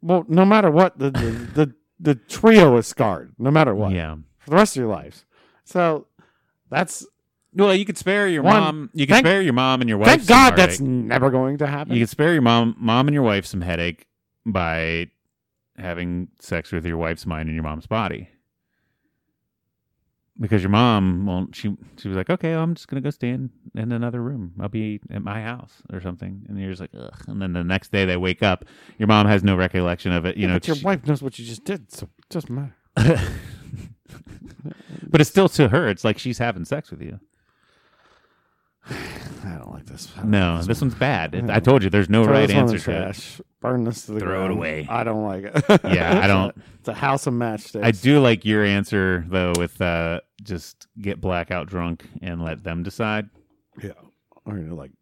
well, no matter what, the the, the the trio is scarred. No matter what, Yeah. for the rest of your lives. So that's Well, you could spare your One- mom. You could thank- spare your mom and your wife. thank some God that's heartache. never going to happen. you could spare your mom, mom and your wife some headache by having sex with your wife's mind and your mom's body. Because your mom won't. She she was like, okay, I'm just gonna go stay in, in another room. I'll be at my house or something. And you're just like, ugh. And then the next day they wake up. Your mom has no recollection of it. You Yeah, know, but your she- wife knows what you just did, so it doesn't matter. (laughs) but it's still to her. It's like she's having sex with you. I don't like Oh, this. I don't like No, this one's bad. It- I told you, there's no Throw right this one in the answer to it. trash. Burn this to the Throw it ground. away. I don't like it. Yeah, I don't. (laughs) it's a house of matchsticks. I do like your answer though, with uh, just get blackout drunk and let them decide. Yeah. Or you know, like,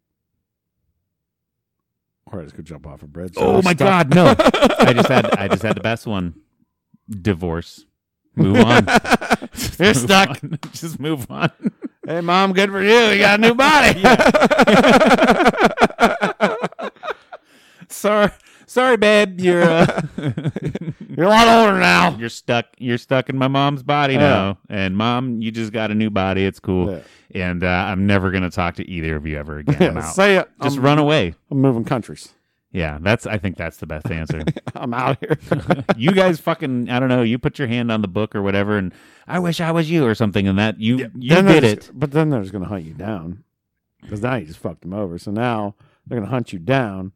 or I just could jump off a bridge. Oh my (laughs) (laughs) God, no! I just had I just had the best one. Divorce. (laughs) Move on. Just You're move stuck. on. (laughs) Just move on. Hey, mom, good for you. You got a new (laughs) body. sorry, sorry, babe. You're (laughs) uh, You're a lot older now. you're stuck. You're stuck in my mom's body now. And mom, you just got a new body. It's cool. Yeah. And uh, I'm never gonna talk to either of you ever (laughs) again. I'm out. Say it. Just I'm, run away. I'm moving countries. (laughs) Yeah, that's. I think that's the best answer. I'm out here. you guys fucking I don't know, you put your hand on the book or whatever and I wish I was you or something and that you you (laughs) Then they're did it. just- But then they're just going to hunt you down because now you just fucked them over. So now they're going to hunt you down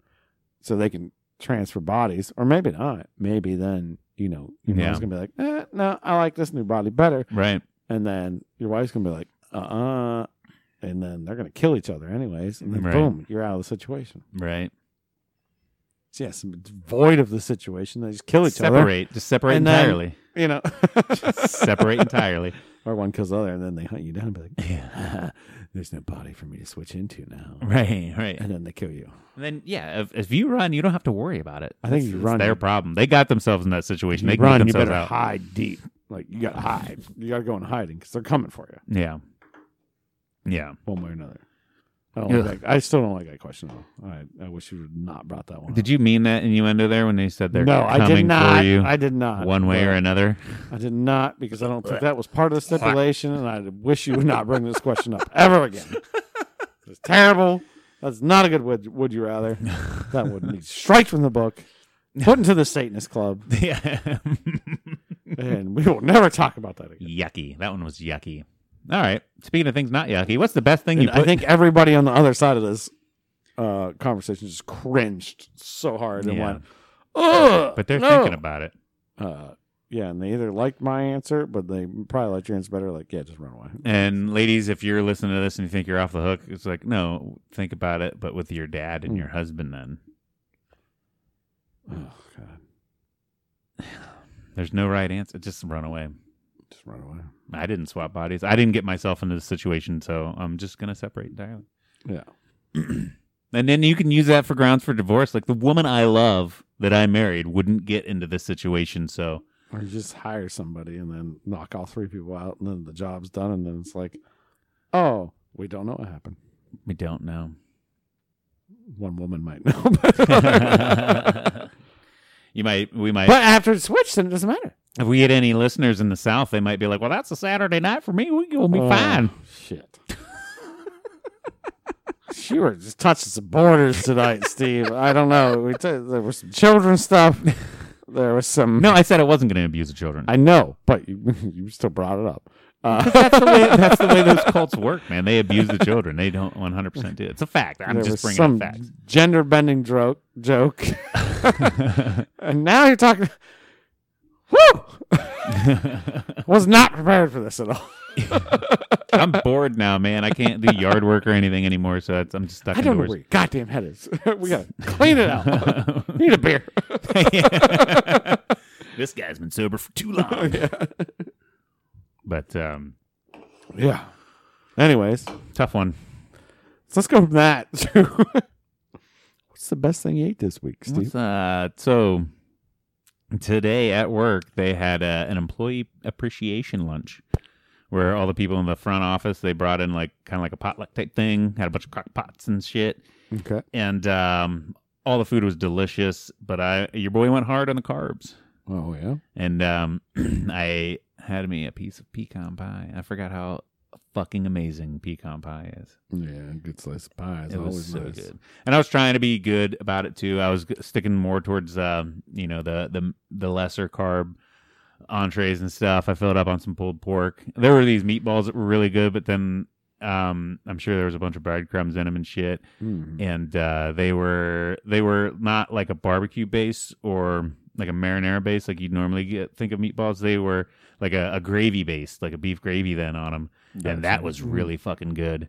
so they can transfer bodies, or maybe not. Maybe then, you know, your Yeah. mom's going to be like, eh, no, I like this new body better. Right. And then your wife's going to be like, uh uh And then they're going to kill each other, anyways. And then Right. boom, you're out of the situation. Right. So, yes, void of the situation. They just kill each other. separate. Just separate And then- (laughs) entirely. (laughs) You know, separate entirely. Or one kills the other, and then they hunt you down and be like, Yeah. (laughs) there's no body for me to switch into now. Right, right. And then they kill you. And then yeah, if, if you run, you don't have to worry about it. I think It's- you it's run- their problem. They got themselves in that situation. they you can get run, you themselves better out. hide deep. Like you gotta hide. You gotta go in hiding because they're coming for you Yeah. Yeah. one way or another. I, don't like Ugh. that- I still don't like that question. Though. I I wish you would not brought that one. Did you mean that innuendo there when they said they're no, coming I did not. for you I did not. one way but or (laughs) another? I did not because I don't think that was part of the stipulation, and I wish you would not bring this question up (laughs) ever again. It's terrible. That's not a good would, would you rather. That would be strike from the book, put into the Satanist club, (laughs) yeah. and we will never talk about that again. yucky. That one was yucky. All right. Speaking of things not yucky, what's the best thing And you put? I think everybody on the other side of this uh, conversation just cringed so hard and Yeah. went, "Ugh!" but they're no." thinking about it. Uh, yeah, and they either liked my answer, but they probably liked your answer better. Like, yeah, just run away. And ladies, if you're listening to this and you think you're off the hook, it's like, no, think about it, but with your dad Hmm. and your husband then. Oh God, There's no right answer. Just run away. just run away. I didn't swap bodies. I didn't get myself into this situation, so I'm just gonna separate entirely. Yeah. (clears throat) And then you can use that for grounds for divorce. Like the woman I love that I married wouldn't get into this situation, so Or you just hire somebody and then knock all three people out, and then the job's done, and then it's like, oh, we don't know what happened. we don't know. One woman might know, (laughs) (laughs) but you might we might after it's switched, then it doesn't matter. if we get any listeners in the South, they might be like, Well, that's a Saturday night for me, we will be Oh, fine. Shit. she were just touching some borders tonight, Steve. I don't know. We t- there was some (laughs) children stuff. There was some. No, I said I wasn't gonna abuse the children. I know, but you, (laughs) you still brought it up. Uh, (laughs) that's the way that's the way those cults work, man. They abuse the children. They don't 100% do it. It's a fact. I'm there just was bringing some up facts. gender bending joke. (laughs) Joke. and now you're talking. Woo! (laughs) was not prepared for this at all. I'm bored now, man. I can't do yard work or anything anymore, so that's, I'm just stuck I don't know indoors. where your goddamn head is. (laughs) we gotta clean it out. (laughs) Need a beer. (laughs) this guy's been sober for too long. (laughs) But um, yeah. Anyways, so tough one. let's go from that (laughs) to what's the best thing you ate this week, Steve? What's, uh, so today at work, they had uh an employee appreciation lunch where all the people in the front office they brought in like kind of like a potluck type thing, had a bunch of crock pots and shit, Okay. and um, all the food was delicious. But I, your boy went hard on the carbs. Oh yeah. and um, (clears throat) I had me a piece of pecan pie. I forgot how fucking amazing pecan pie is. Yeah, good slice of pie. is it was always so nice. good, and I was trying to be good about it too. I was g- sticking more towards um, you know the the the lesser carb entrees and stuff. I filled up on some pulled pork. There were these meatballs that were really good, but then um, I'm sure there was a bunch of breadcrumbs in them and shit Mm. and uh, they were they were not like a barbecue base or like a marinara base like you'd normally get, think of meatballs. They were like a, a gravy base, like a beef gravy then on them, Gotcha. Mm-hmm. and that was really fucking good.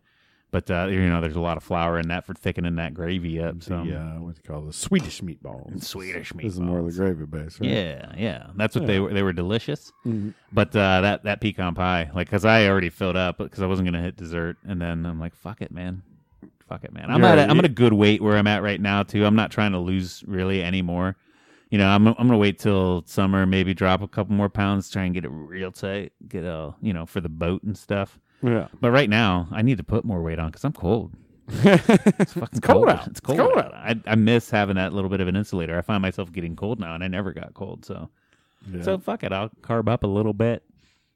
But uh, you know, there's a lot of flour in that for thickening that gravy up. So the, uh, what do you call the Swedish meatballs? Swedish This is more of the meatballs. gravy base, right? yeah, yeah, that's what Yeah. they were. They were delicious. Mhm. But uh, that that pecan pie, like, cause I already filled up because I wasn't gonna hit dessert, and then I'm like, fuck it, man, fuck it, man. I'm You're at a, right. I'm at a good weight where I'm at right now too. I'm not trying to lose really anymore. You know, I'm I'm gonna wait till summer, maybe drop a couple more pounds, try and get it real tight, get all you know for the boat and stuff. Yeah. But right now, I need to put more weight on because I'm cold. (laughs) It's fucking cold out. It's It's cold, cold out. I I miss having that little bit of an insulator. I find myself getting cold now, and I never got cold, so. yeah. So fuck it, I'll carb up a little bit.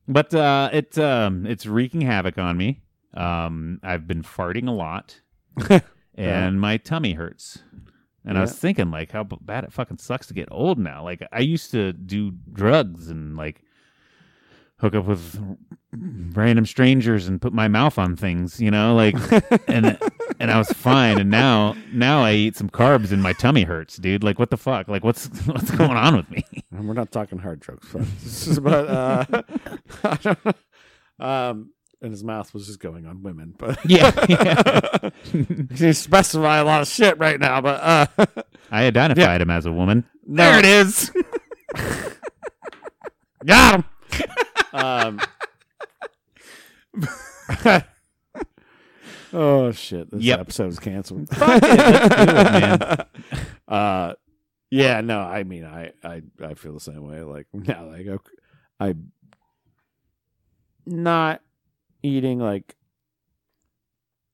But uh, it um, it's wreaking havoc on me. Um, I've been farting a lot, and my tummy hurts. And I was thinking, like, how bad it fucking sucks to get old now. Like, I used to do drugs and like hook up with random strangers and put my mouth on things, you know, like, and and I was fine. And now now I eat some carbs and my tummy hurts, dude. Like, what the fuck? Like, what's (laughs) what's going on with me? (laughs) And we're not talking hard jokes, folks. This is- but uh, (laughs) I don't know. Um, and his mouth was just going on women, but (laughs) (laughs) Yeah, yeah. you specify a lot of shit right now. But uh, (laughs) I identified him as a woman. there it is. got him. um, oh shit! This Yep. episode is canceled. man. (laughs) Uh, yeah, no, I mean, I, I, I feel the same way. Like (laughs) now, like okay, I, not eating like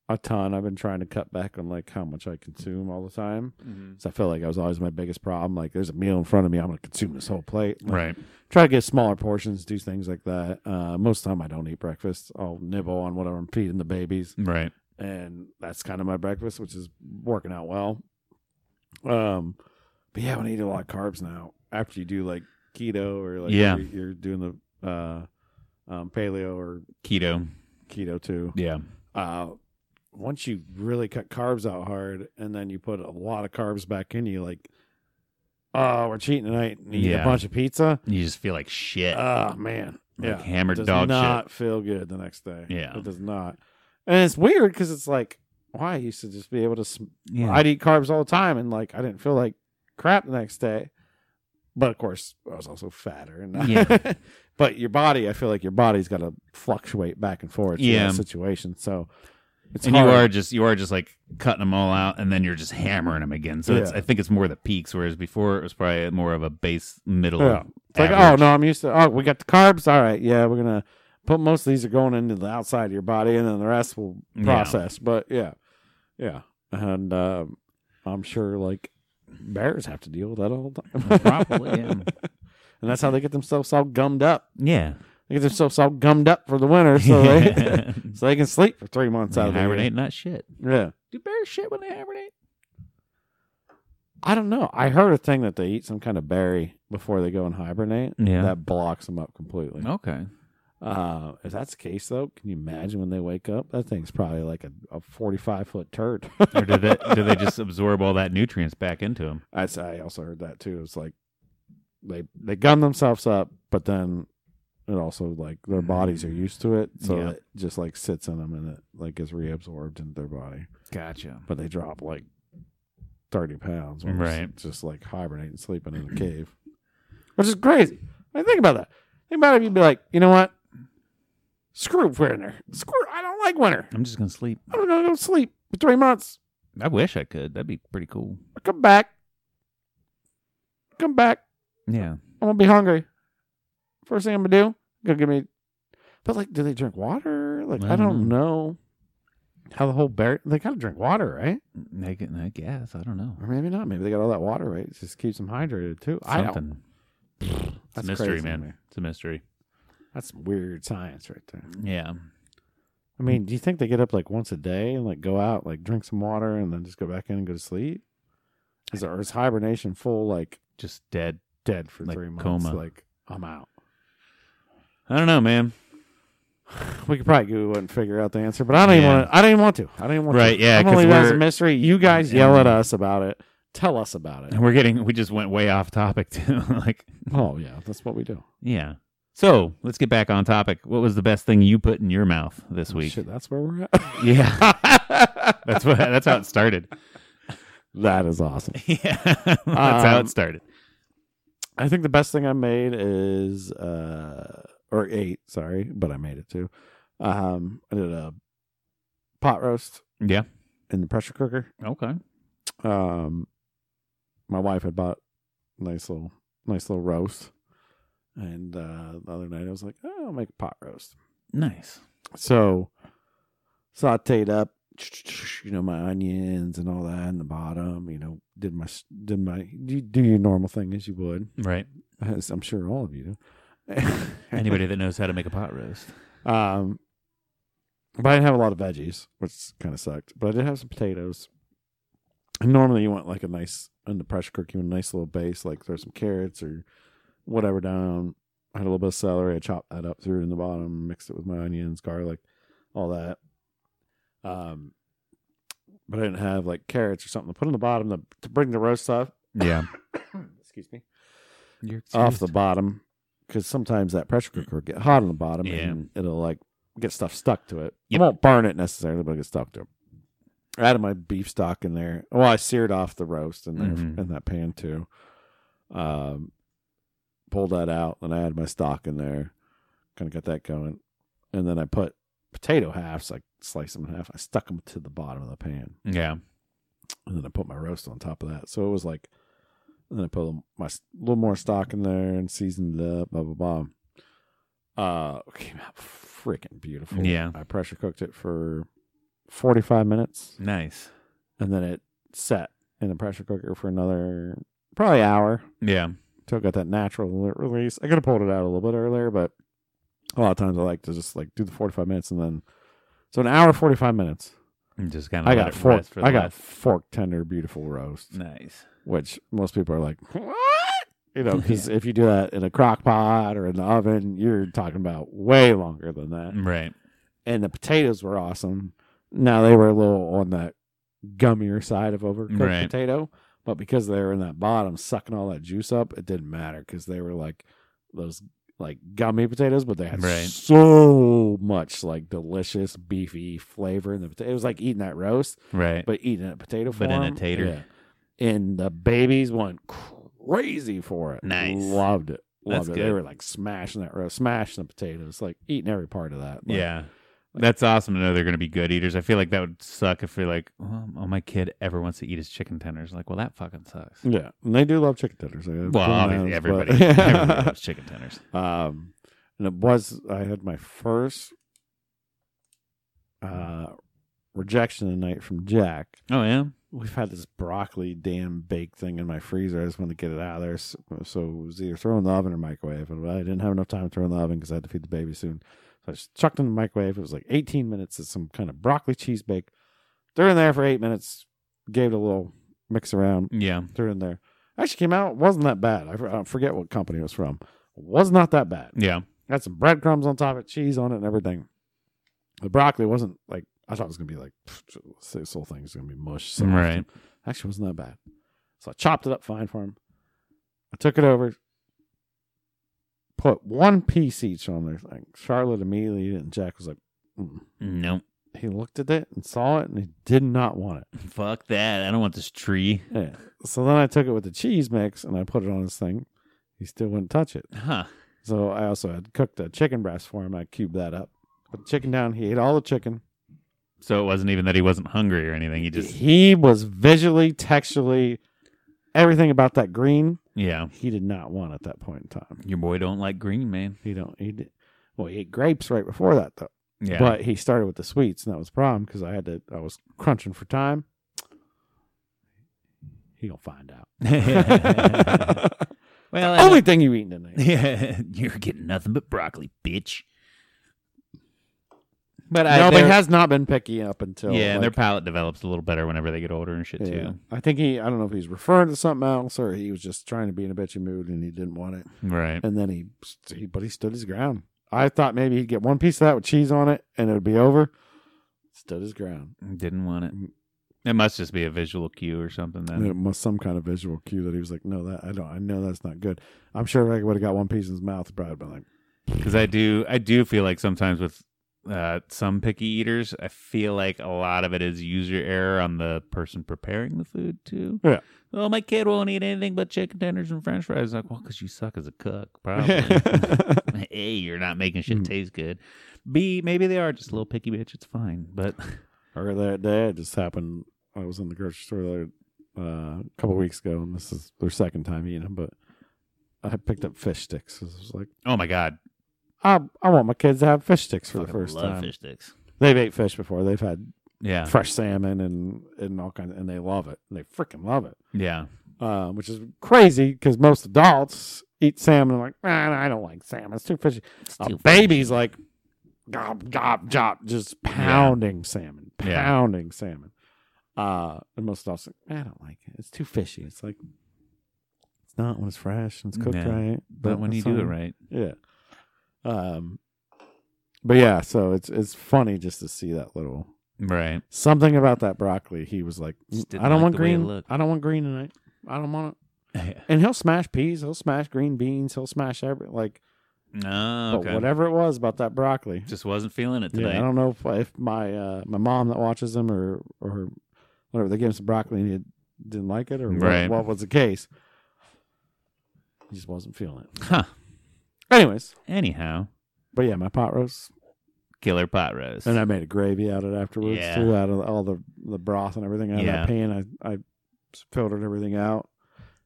a ton. I've been trying to cut back on like how much I consume all the time. Mm-hmm. So I felt like I was always my biggest problem. Like there's a meal in front of me, I'm gonna consume this whole plate. Like, Right. Try to get smaller portions, do things like that. Uh, most of the time, I don't eat breakfast. I'll nibble on whatever I'm feeding the babies, Right. and that's kind of my breakfast, which is working out well. Um, but yeah, when I eat a lot of carbs now, after you do like keto or like Yeah. you're, you're doing the uh, um, paleo or Keto. keto too, Yeah. uh, once you really cut carbs out hard and then you put a lot of carbs back in you, like, oh, we're cheating tonight and eat Yeah. a bunch of pizza. You just feel like shit. Oh, man. like yeah. hammered does dog not feel good the next day. Yeah. It does not. And it's weird because it's like, why I used to just be able to, sm- shit. Yeah. I'd eat carbs all the time and like, I didn't feel like crap the next day. But of course, I was also fatter. And Yeah. (laughs) but your body, I feel like your body's got to fluctuate back and forth Yeah. in that situation. So it's and hard. you are just you are just like cutting them all out, and then you're just hammering them again. So it's Yeah. I think it's more the peaks, whereas before it was probably more of a base middle. Yeah. It's like, oh average. no, I'm used to. Oh, we got the carbs. All right, yeah, we're gonna put most of these are going into the outside of your body, and then the rest will Yeah. process. But yeah, yeah, and um, I'm sure like bears have to deal with that all the time. (laughs) Probably, yeah. and that's how they get themselves all gummed up. yeah. They get themselves all gummed up for the winter, (laughs) so they (laughs) so they can sleep for three months out of the year. hibernate, not shit. Yeah, Do bears shit when they hibernate? I don't know. I heard a thing that they eat some kind of berry before they go and hibernate. Yeah. That blocks them up completely. Okay. Uh, if that's the case, though, can you imagine when they wake up? That thing's probably like a, a 45 foot turd. (laughs) Or do they, do they just absorb all that nutrients back into them? That's, I also heard that too. It's like they they gun themselves up, but then it also like their bodies are used to it, so Yeah. it just like sits in them and it like is reabsorbed into their body. Gotcha. But they drop like 30 pounds, when it's Right. Just like hibernating, (clears throat) sleeping in a cave, which is crazy. I mean, think about that. Think about it. You'd be like, you know what? Screw winter. Screw. I don't like winter. I'm just gonna sleep. I'm gonna go sleep for three months. I wish I could. That'd be pretty cool. I come back. Come back. Yeah. I'm gonna be hungry. First thing I'm gonna do, go give me. But like, do they drink water? Like, I I don't don't know. How the whole bear? They gotta drink water, right? I, gu- I guess. I don't know. Or maybe not. Maybe they got all that water, right? It just keeps them hydrated too. I don't. Something. It's a That's mystery, crazy to man. me. It's a mystery. That's some weird science right there. Yeah. I mean, do you think they get up like once a day and like go out, like drink some water, and then just go back in and go to sleep? Is or is hibernation full like Just dead. dead for Like three months? coma. Like I'm out. (laughs) I don't know, man. We could probably Google it and figure out the answer, but I don't even Yeah. want. To, I don't even want to. I don't even want Right, to. yeah, I'm gonna 'cause leave that as a we're- mystery. You guys Yeah. yell at us about it. Tell us about it. (laughs) And we're getting. We just went way off topic (laughs) too. like, Oh yeah, that's what we do. yeah. So let's get back on topic. What was the best thing you put in your mouth this week? Oh, Shit, that's where we're (laughs) at. Yeah. that's what. That's how it started. (laughs) that is awesome. yeah. (laughs) That's how Um, it started. I think the best thing I made is uh or ate, sorry, but I made it too. Um, I did a pot roast Yeah. in the pressure cooker. Okay. um my wife had bought a nice little nice little roast and uh the other night i was like oh i'll make a pot roast Nice. so sauteed up you know my onions and all that in the bottom you know did my did my you do your normal thing as you would Right. as i'm sure all of you do (laughs) Anybody that knows how to make a pot roast. um, but I didn't have a lot of veggies, which kind of sucked. But I did have some potatoes. And normally you want like a nice in the pressure cooker, you want a nice little base, like throw some carrots or whatever down. I had a little bit of celery. I chopped that up, threw it in the bottom, mixed it with my onions, garlic, all that. Um, but I didn't have like carrots or something to put in the bottom to, to bring the roast up. Yeah. (laughs) Excuse me You're off the bottom because sometimes that pressure cooker will get hot on the bottom Mm. Yeah. and it'll like get stuff stuck to it. Yep. It won't burn it necessarily, but it gets stuck to it. I added my beef stock in there. Well, I seared off the roast in there Mhm. in that pan too. Um, pulled that out and I added my stock in there. Kind of got that going, and then I put potato halves. I sliced them in half. I stuck them to the bottom of the pan Yeah. and then I put my roast on top of that. So it was like, and then I put a little, my s- little more stock in there and seasoned it up, blah blah blah. Uh, it came out freaking beautiful. Yeah. I pressure cooked it for 45 minutes, Nice. and then it set in the pressure cooker for another probably hour Yeah. till it got that natural le- release. I could have pulled it out a little bit earlier, but a lot of times I like to just like do the 45 minutes and then so an hour 45 minutes. And just kind of I got fork. For the I got last- fork tender beautiful roast. nice. which most people are like, what? (laughs) You know, because if you do that in a crock pot or in the oven, you're talking about way longer than that. Right. And the potatoes were awesome. Now they were a little on that gummier side of overcooked Right. potato, but because they were in that bottom sucking all that juice up, it didn't matter because they were like those like gummy potatoes, but they had Right. so much like delicious beefy flavor in the potato. It was like eating that roast, Right. but eating it potato But form. in a tater. Yeah. And the babies went crazy for it. Nice. Loved it. That's Loved it. They good. were like smashing that roast, smashing the potatoes, like eating every part of that. Like, yeah. That's awesome to know they're going to be good eaters. I feel like that would suck if you're like, oh, oh, my kid ever wants to eat his chicken tenders. Like, well, that fucking sucks. Yeah. And they do love chicken tenders. They have Well, bananas, obviously, Mm, but- everybody, (laughs) everybody loves chicken tenders. um, and it was, I had my first uh, rejection tonight from Jack. Oh, yeah? We've had this broccoli damn baked thing in my freezer. I just wanted to get it out of there. So, so it was either throw in the oven or microwave. But I didn't have enough time to throw in the oven because I had to feed the baby soon. So I just chucked it in the microwave. It was like 18 minutes of some kind of broccoli cheese bake. Threw it in there for eight minutes. Gave it a little mix around. Yeah. Threw it in there. Actually came out. Wasn't that bad. I, for- I forget what company it was from. Was not that bad. Yeah. Had some breadcrumbs on top of it, cheese on it, and everything. The broccoli wasn't like I thought it was gonna be like pfft, this whole thing's gonna be mush. So right. Actually, it wasn't that bad. So I chopped it up fine for him. I took it over, put one piece each on there. Like Charlotte immediately ate it, and Jack was like, mm. Nope. he looked at it and saw it, and he did not want it. Fuck that. I don't want this tree. (laughs) Yeah. So then I took it (laughs) with the cheese mix and I put it on his thing. He still wouldn't touch it. Huh. So I also had cooked a chicken breast for him. I cubed that up, put the chicken down. He ate all the chicken. So it wasn't even that he wasn't hungry or anything. He just, he was visually, textually, everything about that green. yeah. He did not want at that point in time. Your boy don't like green, man. He don't. He did. Well, he ate grapes right before that though. Yeah. But (laughs) he started with the sweets, and that was a problem because I had to. I was crunching for time. He gonna find (laughs) out. (laughs) (laughs) well, Only thing you eating tonight. Yeah, (laughs) you're getting nothing but broccoli, bitch. But I, no, but they're- he has not been picky up until yeah, and like, their palate develops a little better whenever they get older and shit yeah. too. I think he. I don't know if he's referring to something else or he was just trying to be in a bitchy mood and he didn't want it. Right. And then he, he but he stood his ground. I thought maybe he'd get one piece of that with cheese on it and it would be over. Stood his ground. Didn't want it. It must just be a visual cue or something. Then. And it was some kind of visual cue that he was like, "No, that I don't. I know that's not good." I'm sure if I would have got one piece in his mouth, he'd probably been like, because I do I do feel like sometimes with uh, some picky eaters, I feel like a lot of it is user error on the person preparing the food too. Yeah. Oh, my kid won't eat anything but chicken tenders and French fries. Like, well, because you suck as a cook, (laughs) probably. "Oh." (laughs) a, you're not making shit Mm. taste good. B, maybe they are just a little picky bitch. It's fine, but (laughs) (laughs) "Or that day, it just happened. I was in the grocery store the other, uh, a couple weeks ago, and this is their second time eating them. But I picked up fish sticks. I was like, oh my god, I, I want my kids to have fish sticks for the fucking first love time. fish sticks. They've ate fish before. They've had Yeah, fresh salmon and and all kinds, and they love it. They freaking love it. yeah, uh, which is crazy because most adults eat salmon. like, man, I don't like salmon. It's too fishy. A too baby's like, gob, gob, gob, just pounding salmon, Yeah. pounding salmon. Uh, and most adults like, "Man, I don't like it. It's too fishy. It's like, it's not when it's fresh and it's cooked Yeah. right. but when you it's do it fine. right, Yeah. Um, but yeah, so it's it's funny just to see that little (laughs) right, something about that broccoli. He was like, "Mm, Just didn't I don't like want the way it green. looked." I don't want green tonight. I don't want it. And he'll smash peas, he'll smash green beans, he'll smash every like no, okay. but whatever it was about that broccoli. Just wasn't feeling it Yeah, today. I don't know if, if my uh, my mom that watches him or or whatever they gave him some broccoli and he didn't like it or what- Right. what, was the case. He just wasn't feeling it. huh. Anyways, Anyhow, but yeah, my pot roast killer pot roast. and I made a gravy out of it afterwards Yeah. too, out of all the the broth and everything out of Yeah. that pan. I I filtered everything out.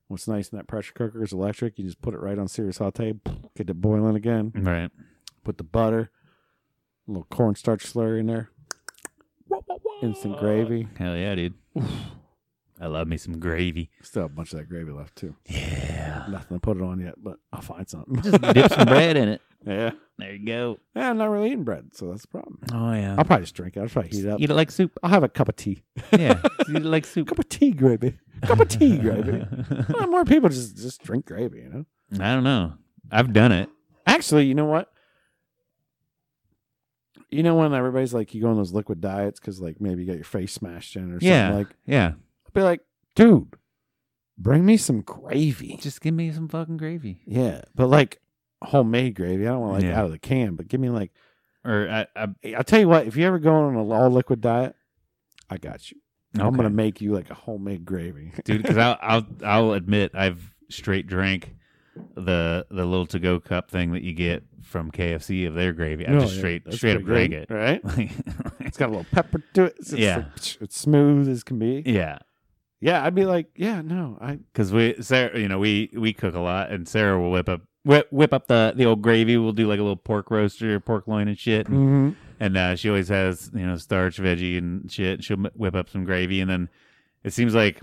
What's nice in that pressure cooker is electric. You just put it right on serious saute, get it boiling again. right. put the butter, a little cornstarch slurry in there. Wah, wah, wah. instant gravy. Hell yeah, dude. I love me some gravy. Still have a bunch of that gravy left too. Yeah. Nothing to put it on yet, but I'll find (laughs) something. Just dip some bread in it. yeah. Uh-huh. There you go. yeah, I'm not really eating bread, so that's the problem. Oh yeah. I'll probably just drink it. I'll probably heat it up. Eat it like soup. I'll have a cup of tea. (laughs) Yeah. Eat it like soup. Cup of tea gravy. Cup of (laughs) tea gravy. (laughs) Why don't more people just just drink gravy, you know. I don't know. I've done it. Actually, you know what? You know when everybody's like, you go on those liquid diets because like maybe you got your face smashed in or something. Yeah. Like, Yeah. I'd be like, dude, bring me some gravy. Just give me some fucking gravy. Yeah, but like homemade gravy. I don't want like Yeah. out of the can, but give me like. Or I, I I'll tell you what. If you ever go on an all liquid diet, I got you. I'm okay. gonna make you like a homemade gravy. (laughs) dude. Because I'll, I'll I'll admit I've straight drank the the little to go cup thing that you get from KFC of their gravy. I No, just yeah, straight that's straight up pretty drank good, it. Right. Like- It's got a little pepper to it. It's, it's Yeah. like, psh, it's smooth as can be. (laughs) yeah, Yeah, I'd be like, yeah, no, I because we Sarah, you know, we we cook a lot, and Sarah will whip up whip, whip up the the old gravy. We'll do like a little pork roaster, pork loin, and shit. mm and uh, she always has you know starch veggie and shit. She'll m- whip up some gravy, and then it seems like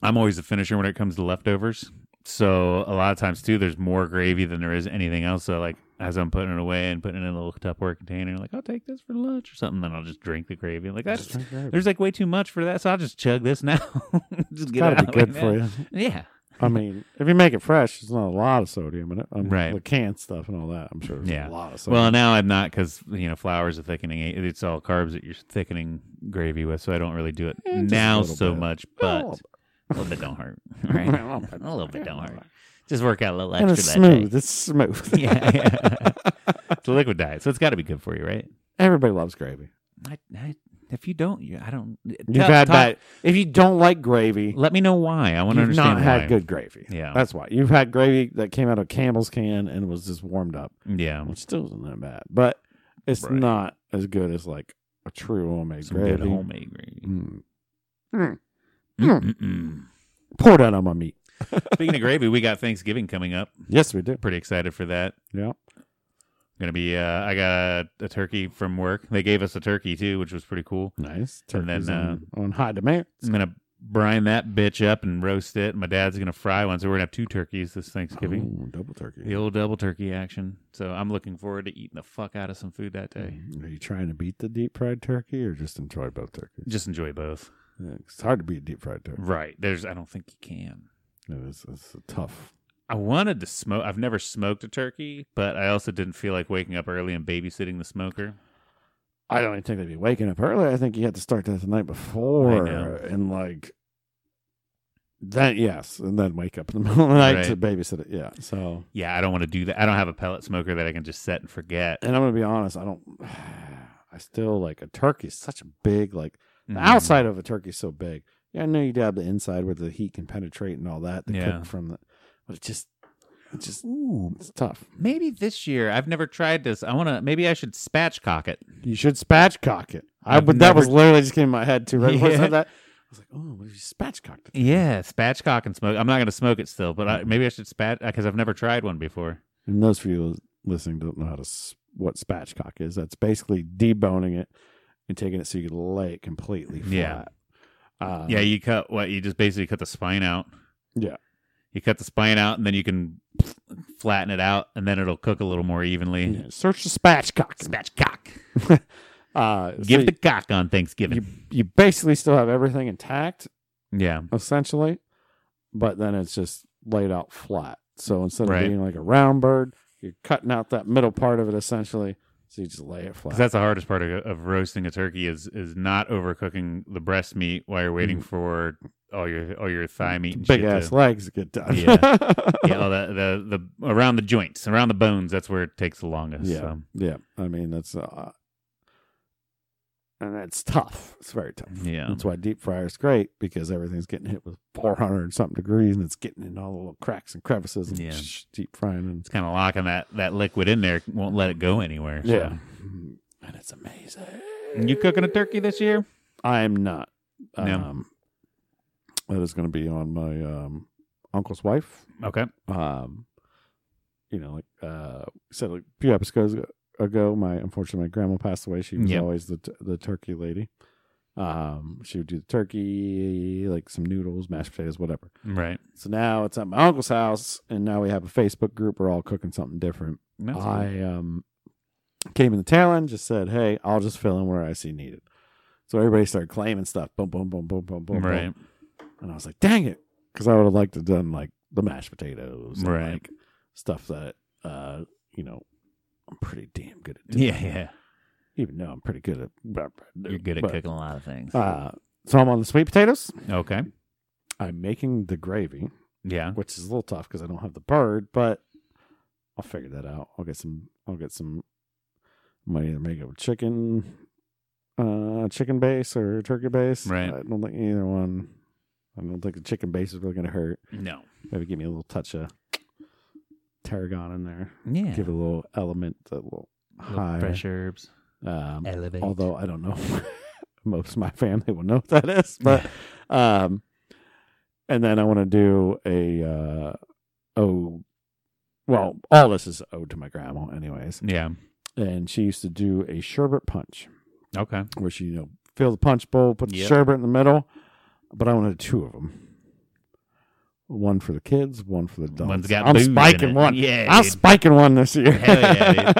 I'm always the finisher when it comes to leftovers. So a lot of times too, there's more gravy than there is anything else. So like as I'm putting it away and putting it in a little Tupperware container, like I'll take this for lunch or something, then I'll just drink the gravy. Like that's that's there's like way too much for that, so I'll just chug this now. (laughs) just get gotta it out be like good that. for you. Yeah, I mean, if you make it fresh, there's not a lot of sodium in it. Um, Right. The canned stuff and all that. I'm sure there's Yeah. a lot of sodium. Well, now I'm not because you know flours are thickening. it- It's all carbs that you're thickening gravy with, so I don't really do it Eh, just a now little so bit. much. Yeah, But a little a little bit don't (laughs) hurt. all (laughs) right? A little bit. a little bit don't Yeah. hurt. Just work out a little and extra it's that smooth. It's smooth. day. (laughs) yeah, yeah. it's a liquid diet, so it's got to be good for you, right? (laughs) Everybody loves gravy. I, I, if you don't, you, I don't. You've tell- had talk- that. If you don't like gravy, Let me know why. I want to you've understand not had why. good gravy. Yeah. That's why. You've had gravy that came out of Campbell's can and was just warmed up, yeah, which still isn't that bad. But it's Right. not as good as like a true homemade some gravy. good homemade gravy. Mm. Mm-mm-mm. Pour that on my meat. Speaking of gravy, we got Thanksgiving coming up. Yes, we do. Pretty excited for that. Yeah. Gonna be. Uh, I got a, a turkey from work. They gave us a turkey too, which was pretty cool. Nice. And then, uh, Turkeys on, on high demand. I'm gonna brine that bitch up and roast it. My dad's gonna fry one, so we're gonna have two turkeys this Thanksgiving. Ooh, Oh, double turkey. The old double turkey action. So I'm looking forward to eating the fuck out of some food that day. Mm. Are you trying to beat the deep fried turkey or just enjoy both turkeys? Just enjoy both. Yeah, it's hard to beat a deep fried turkey. Right. There's. I don't think you can. It's, it's a tough. I wanted to smoke. I've never smoked a turkey, but I also didn't feel like waking up early and babysitting the smoker. I don't even think they'd be waking up early. I think you had to start that the night before I know. and like that. Yes, and then wake up in the (laughs) middle of the night Right. to babysit it. Yeah. So, Yeah, I don't want to do that. I don't have a pellet smoker that I can just set and forget. and I'm gonna be honest. I don't. (sighs) I still like a turkey. Is such a big like The Mm. outside of a turkey is so big. Yeah, I know you have the inside where the heat can penetrate and all that. The Yeah. cook from the, but it just, it just, it's tough. Maybe this year. I've never tried this. I want to. Maybe I should spatchcock it. You should spatchcock it. I, I've but that never- was literally just came in my head too. Right before I (laughs) Yeah. said that, I was like, oh, what if you spatchcocked it? Yeah, spatchcock and smoke. I'm not going to smoke it still, but I, Mm. maybe I should spat because I've never tried one before. And those for you listening don't know how to s- what spatchcock is. That's basically deboning it and taking it so you can lay it completely flat. Yeah. Uh, yeah, you cut what you just basically cut the spine out. Yeah. you cut the spine out, and then you can flatten it out, and then it'll cook a little more evenly. yeah, Search the spatchcock. Spatchcock, (laughs) uh, so give you- the cock on Thanksgiving. you basically still have everything intact. yeah, essentially, but then it's just laid out flat. So instead of Right. being like a round bird, you're cutting out that middle part of it essentially. So you just lay it because flat. that's the hardest part of, of roasting a turkey is is not overcooking the breast meat while you're waiting Mhm. for all your all your thigh meat. And Big shit to- ass legs get done. Yeah. (laughs) yeah, yeah. all the, the the around the joints, around the bones. That's where it takes the longest. Yeah. so, I mean, that's, uh, and that's tough. It's very tough. yeah. That's why deep fryer is great because everything's getting hit with 400 and something degrees and it's getting in all the little cracks and crevices and Yeah. deep frying. And, It's kind of locking that that liquid in there. Won't let it go anywhere. so. yeah. Mm-hmm. And it's amazing. You cooking a turkey this year? I am not. No. Um, that is going to be on my um, uncle's wife. Okay. Um, you know, like uh, said like a few episodes ago, my unfortunately my grandma passed away. She was Yep. always the t- the turkey lady. Um, she would do the turkey, like some noodles, mashed potatoes, whatever. Right. So now it's at my uncle's house, and now we have a Facebook group. We're all cooking something different. That's cool. I um, came in the tail end, just said, "Hey, I'll just fill in where I see needed." So everybody started claiming stuff. Boom, boom, boom, boom, boom, boom. boom. right. (laughs) And I was like, "Dang it!" Because I would have liked to done like the mashed potatoes, and, Right. Like stuff that uh, you know, I'm pretty damn good at. Doing. Yeah, yeah. Even though I'm pretty good at, You're good at but, cooking a lot of things. Uh, so I'm on the sweet potatoes. okay. I'm making the gravy, Yeah. which is a little tough because I don't have the bird, but I'll figure that out. I'll get some. I'll get some. Might either make it with chicken, uh, chicken base or turkey base. Right. I don't think either one. I don't think the chicken base is really going to hurt. No. Maybe give me a little touch of tarragon in there. Yeah. Give it a little element, a little Little high. fresh herbs. Um, Elevate. although I don't know (laughs) most of my family will know what (laughs) that is, but um, and then I want to do a uh, oh, well, all this is owed to my grandma, anyways, Yeah. and she used to do a sherbet punch Okay. where she you know fill the punch bowl, put the Yep. sherbet in the middle, but I wanted two of them. One for the kids, one for the adults. One's got I'm booze in spiking it. one. Yeah, I'm dude. spiking one this year. Hell yeah,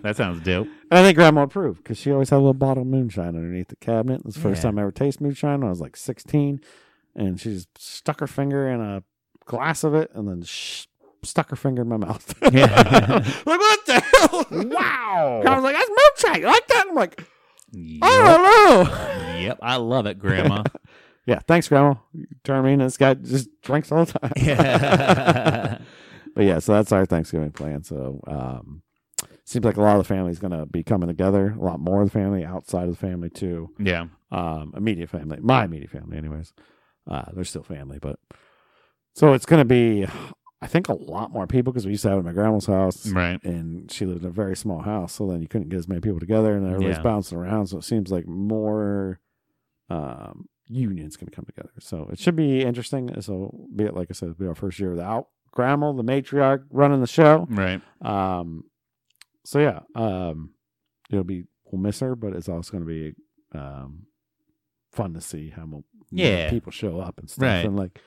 That sounds dope. (laughs) And I think Grandma approved because she always had a little bottle of moonshine underneath the cabinet. It was the first Yeah. time I ever tasted moonshine when I was like 16. And she just stuck her finger in a glass of it and then sh- stuck her finger in my mouth. (laughs) Yeah. (laughs) like, what the hell? (laughs) I was Wow. like, that's moonshine. You like that? I'm like, I Yep. don't know. Yep. I love it, (laughs) Grandma. (laughs) yeah, thanks, Grandma. You turn me in. This guy just drinks all the time. yeah. (laughs) But yeah, so that's our Thanksgiving plan. So um, seems like a lot of the family's going to be coming together, a lot more of the family, outside of the family, too. Yeah. um, immediate family, my immediate family, anyways. Uh, they're still family, but so it's going to be, I think, a lot more people because we used to have it at my grandma's house, Right. and she lived in a very small house, so then you couldn't get as many people together, and everybody's Yeah. bouncing around. So it seems like more um, unions going to come together. So it should be interesting. So be it like I said, it'll be our first year without grandma, the matriarch running the show. Right. Um, so yeah, um, it'll be we'll miss her, but it's also going to be um, fun to see how mo- you know, Yeah. people show up and stuff, Right. and like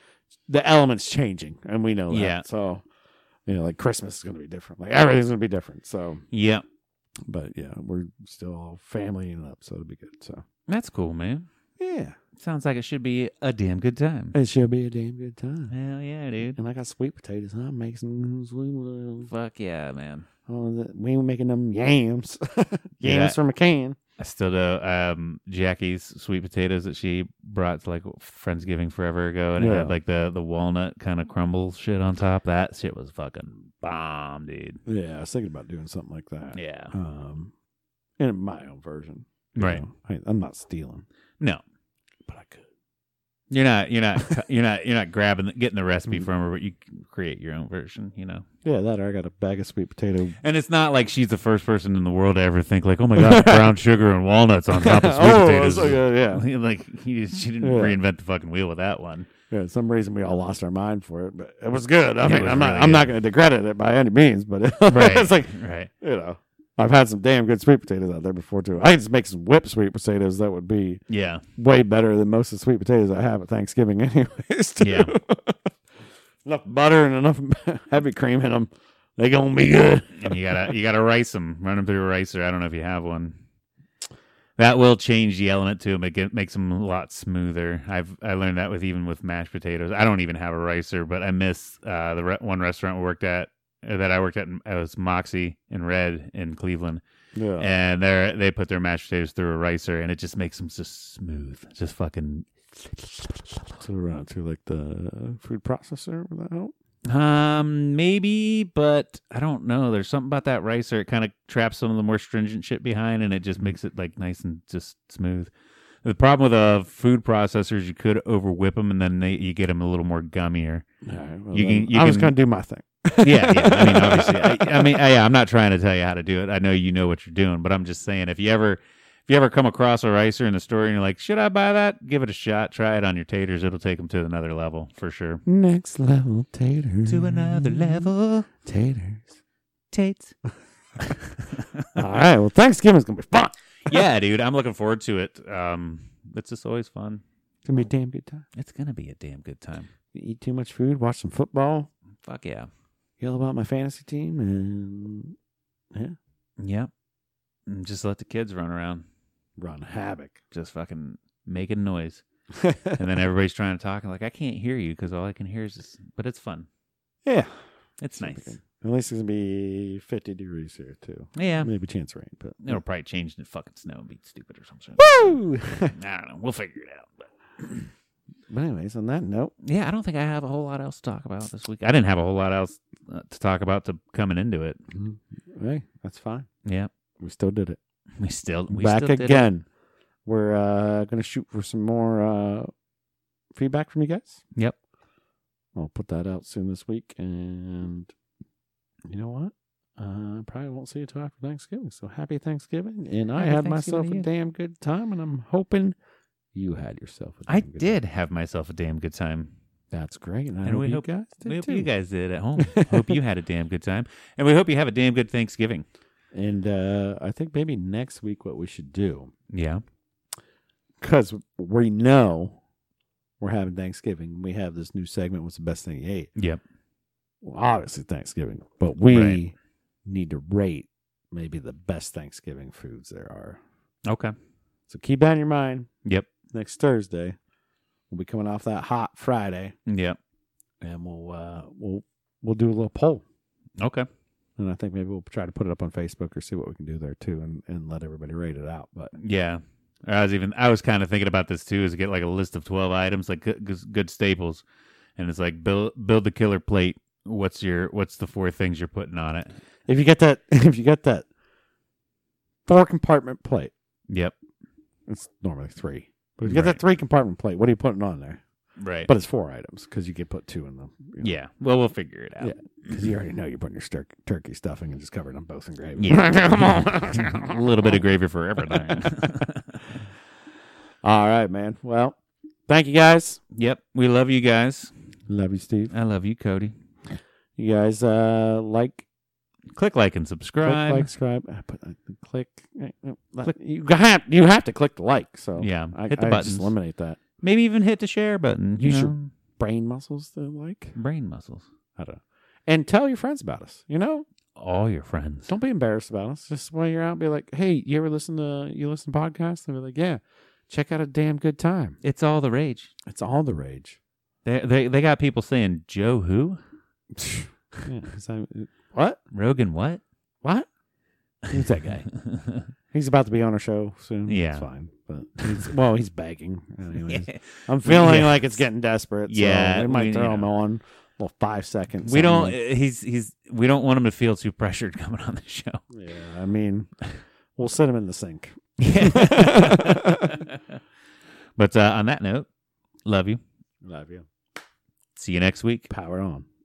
the elements changing, and we know that. Yeah. So you know, like Christmas is going to be different, like everything's going to be different. So, Yep. but yeah, we're still all family and up, so it'll be good. So That's cool, man. yeah, Sounds like it should be a damn good time. it should be a damn good time. Hell yeah, dude. And I got sweet potatoes. I'm making some sweet potatoes. Fuck yeah, man. Oh, that- we ain't making them yams. yams Yeah. from a can. I still know um, Jackie's sweet potatoes that she brought to like Friendsgiving forever ago, and it Yeah. had like the the walnut kind of crumble shit on top. That shit was fucking bomb, dude. Yeah, I was thinking about doing something like that. Yeah, Um, and my own version. you right. know. I, I'm not stealing, No, but I could. you're not. You're (laughs) not. you're not. You're not grabbing, the, getting the recipe Mm. from her, but you can create your own version. You know, Yeah, that or I got a bag of (laughs) sweet potato. and it's not like she's the first person in the world to ever think like, oh my (laughs) god, brown sugar and walnuts on top of sweet oh, potatoes. so good, yeah. (laughs) like uh, he, she didn't Yeah. reinvent the fucking wheel with that one. (laughs) Yeah, some reason we all lost our mind for it, but it was good. I It mean, was I'm not. really I'm good. not going to decredit it by any means, but (laughs) it, (laughs) Right. it's like (laughs) Right. you know, I've had some damn good sweet potatoes out there before too. I could just make some whipped sweet potatoes that would be Yeah. way better than most of the sweet potatoes I have at Thanksgiving, (laughs) anyways. too. Yeah. (laughs) enough butter and enough (laughs) heavy cream in them, they gonna be good. and you gotta you gotta rice them, run them through a ricer. I don't know if you have one. That will change the element to them. It get- makes them a lot smoother. I've I learned that with even with mashed potatoes. I don't even have a ricer, but I miss uh, the re- one restaurant we worked at uh, that I worked at. in- It was Moxie in Red in Cleveland, Yeah. and they they put their mashed potatoes through a ricer, and it just makes them just smooth, just fucking. So we're on to like the food processor. Would that help? Um, maybe, but I don't know. There's something about that ricer. It kind of traps some of the more stringent shit behind, and it just makes it like nice and just smooth. The problem with uh, food processors, you could over whip them, and then they, you get them a little more gummier. All right. Well, You then can- you I was can- gonna do my thing. Yeah, yeah. I mean, obviously, I, I mean, I, yeah. I'm not trying to tell you how to do it. I know you know what you're doing, but I'm just saying if you ever if you ever come across a ricer in the store and you're like, should I buy that? Give it a shot. Try it on your taters. It'll take them to another level for sure. Next level taters. level, (laughs) taters. Tates. All right. Well, Thanksgiving's gonna be fun. yeah, dude, I'm looking forward to it. Um, it's just always fun. It's gonna be a damn good time. It's gonna be a damn good time. You eat too much food, watch some football, Fuck yeah. yell about my fantasy team, and yeah, Yep. And just let the kids run around, run havoc. (laughs) just fucking making noise, and then everybody's trying to talk and like I can't hear you because all I can hear is this. But it's fun. yeah, It's Should be nice. good. At least it's gonna be fifty degrees here too. Yeah. Maybe chance of rain, but It'll probably change to fucking snow and be stupid or something. Woo! (laughs) I don't know. We'll figure it out. But (clears throat) but anyways, on that note, yeah, I don't think I have a whole lot else to talk about this week. I didn't have a whole lot else uh, to talk about to coming into it. Mm-hmm. hey, that's fine. Yeah, We still did it. we still we Back still did it. again. We're uh, gonna shoot for some more uh, feedback from you guys. Yep. I'll put that out soon this week, and you know what? Uh, I probably won't see you till after Thanksgiving. So happy Thanksgiving! And I Happy had Thanksgiving myself to a you. damn good time, and I'm hoping you had yourself. a I damn good did time. have myself a damn good time. That's great, and, I And hope we you hope- guys did We hope too. you guys did at home. hope you had a damn good time, and we hope you have a damn good Thanksgiving. And uh, I think maybe next week what we should do, Yeah, because we know we're having Thanksgiving. We have this new segment. What's the best thing you ate? yep, Well, obviously Thanksgiving, but we Right. need to rate maybe the best Thanksgiving foods there are. okay, So keep that in your mind. yep, Next Thursday, we'll be coming off that hot Friday, yep, and we'll uh, we'll we'll do a little poll. okay, And I think maybe we'll try to put it up on Facebook or see what we can do there too, and, and let everybody rate it out. But yeah. I was even I was kind of thinking about this too. Is get like a list of twelve items, like good, good- good staples, and it's like build build the killer plate. What's your what's the four things you're putting on it? If you get that, (laughs) if you get that four compartment plate, Yep, it's normally three. But if you get Right. that three compartment plate, what are you putting on there? right. But it's four items because you could put two in them. yeah, well, we'll figure it out. Yeah. because you already know you're putting your stir- turkey stuffing and just covering them both in gravy. (laughs) Yeah. (laughs) a little bit of gravy for everything. All right, man. Well, thank you guys. yep. We love you guys. Love you, Steve. I love you, Cody. You guys uh, like, Click like and click, subscribe. like, subscribe. I put uh, click. eh, eh, You have you have to click the like. So Yeah, I, hit the I buttons. just eliminate that Maybe even hit the share button. You Use your- know, brain muscles. The like. brain muscles. I don't know. And tell your friends about us. You know, All your friends. don't be embarrassed about us. Just while you're out, be like, "Hey, you ever listen to you listen to podcasts?" And be like, "Yeah, check out a damn good time." It's all the rage. It's all the rage. They they they got people saying Joe who (laughs) yeah, so, what? Rogan (laughs) what? What? (laughs) Who's that guy? He's about to be on our show soon. Yeah. it's fine. (laughs) But he's, well, he's begging. (laughs) Anyways, Yeah. I'm feeling Yeah. like it's getting desperate. so Yeah, we might we- throw you him know. on. Well, five seconds. (laughs) we don't. uh, He's he's. We don't want him to feel too pressured (laughs) coming on the show. Yeah, I mean, we'll set him in the sink. (laughs) but uh, on that note, love you. Love you. See you next week. Power on.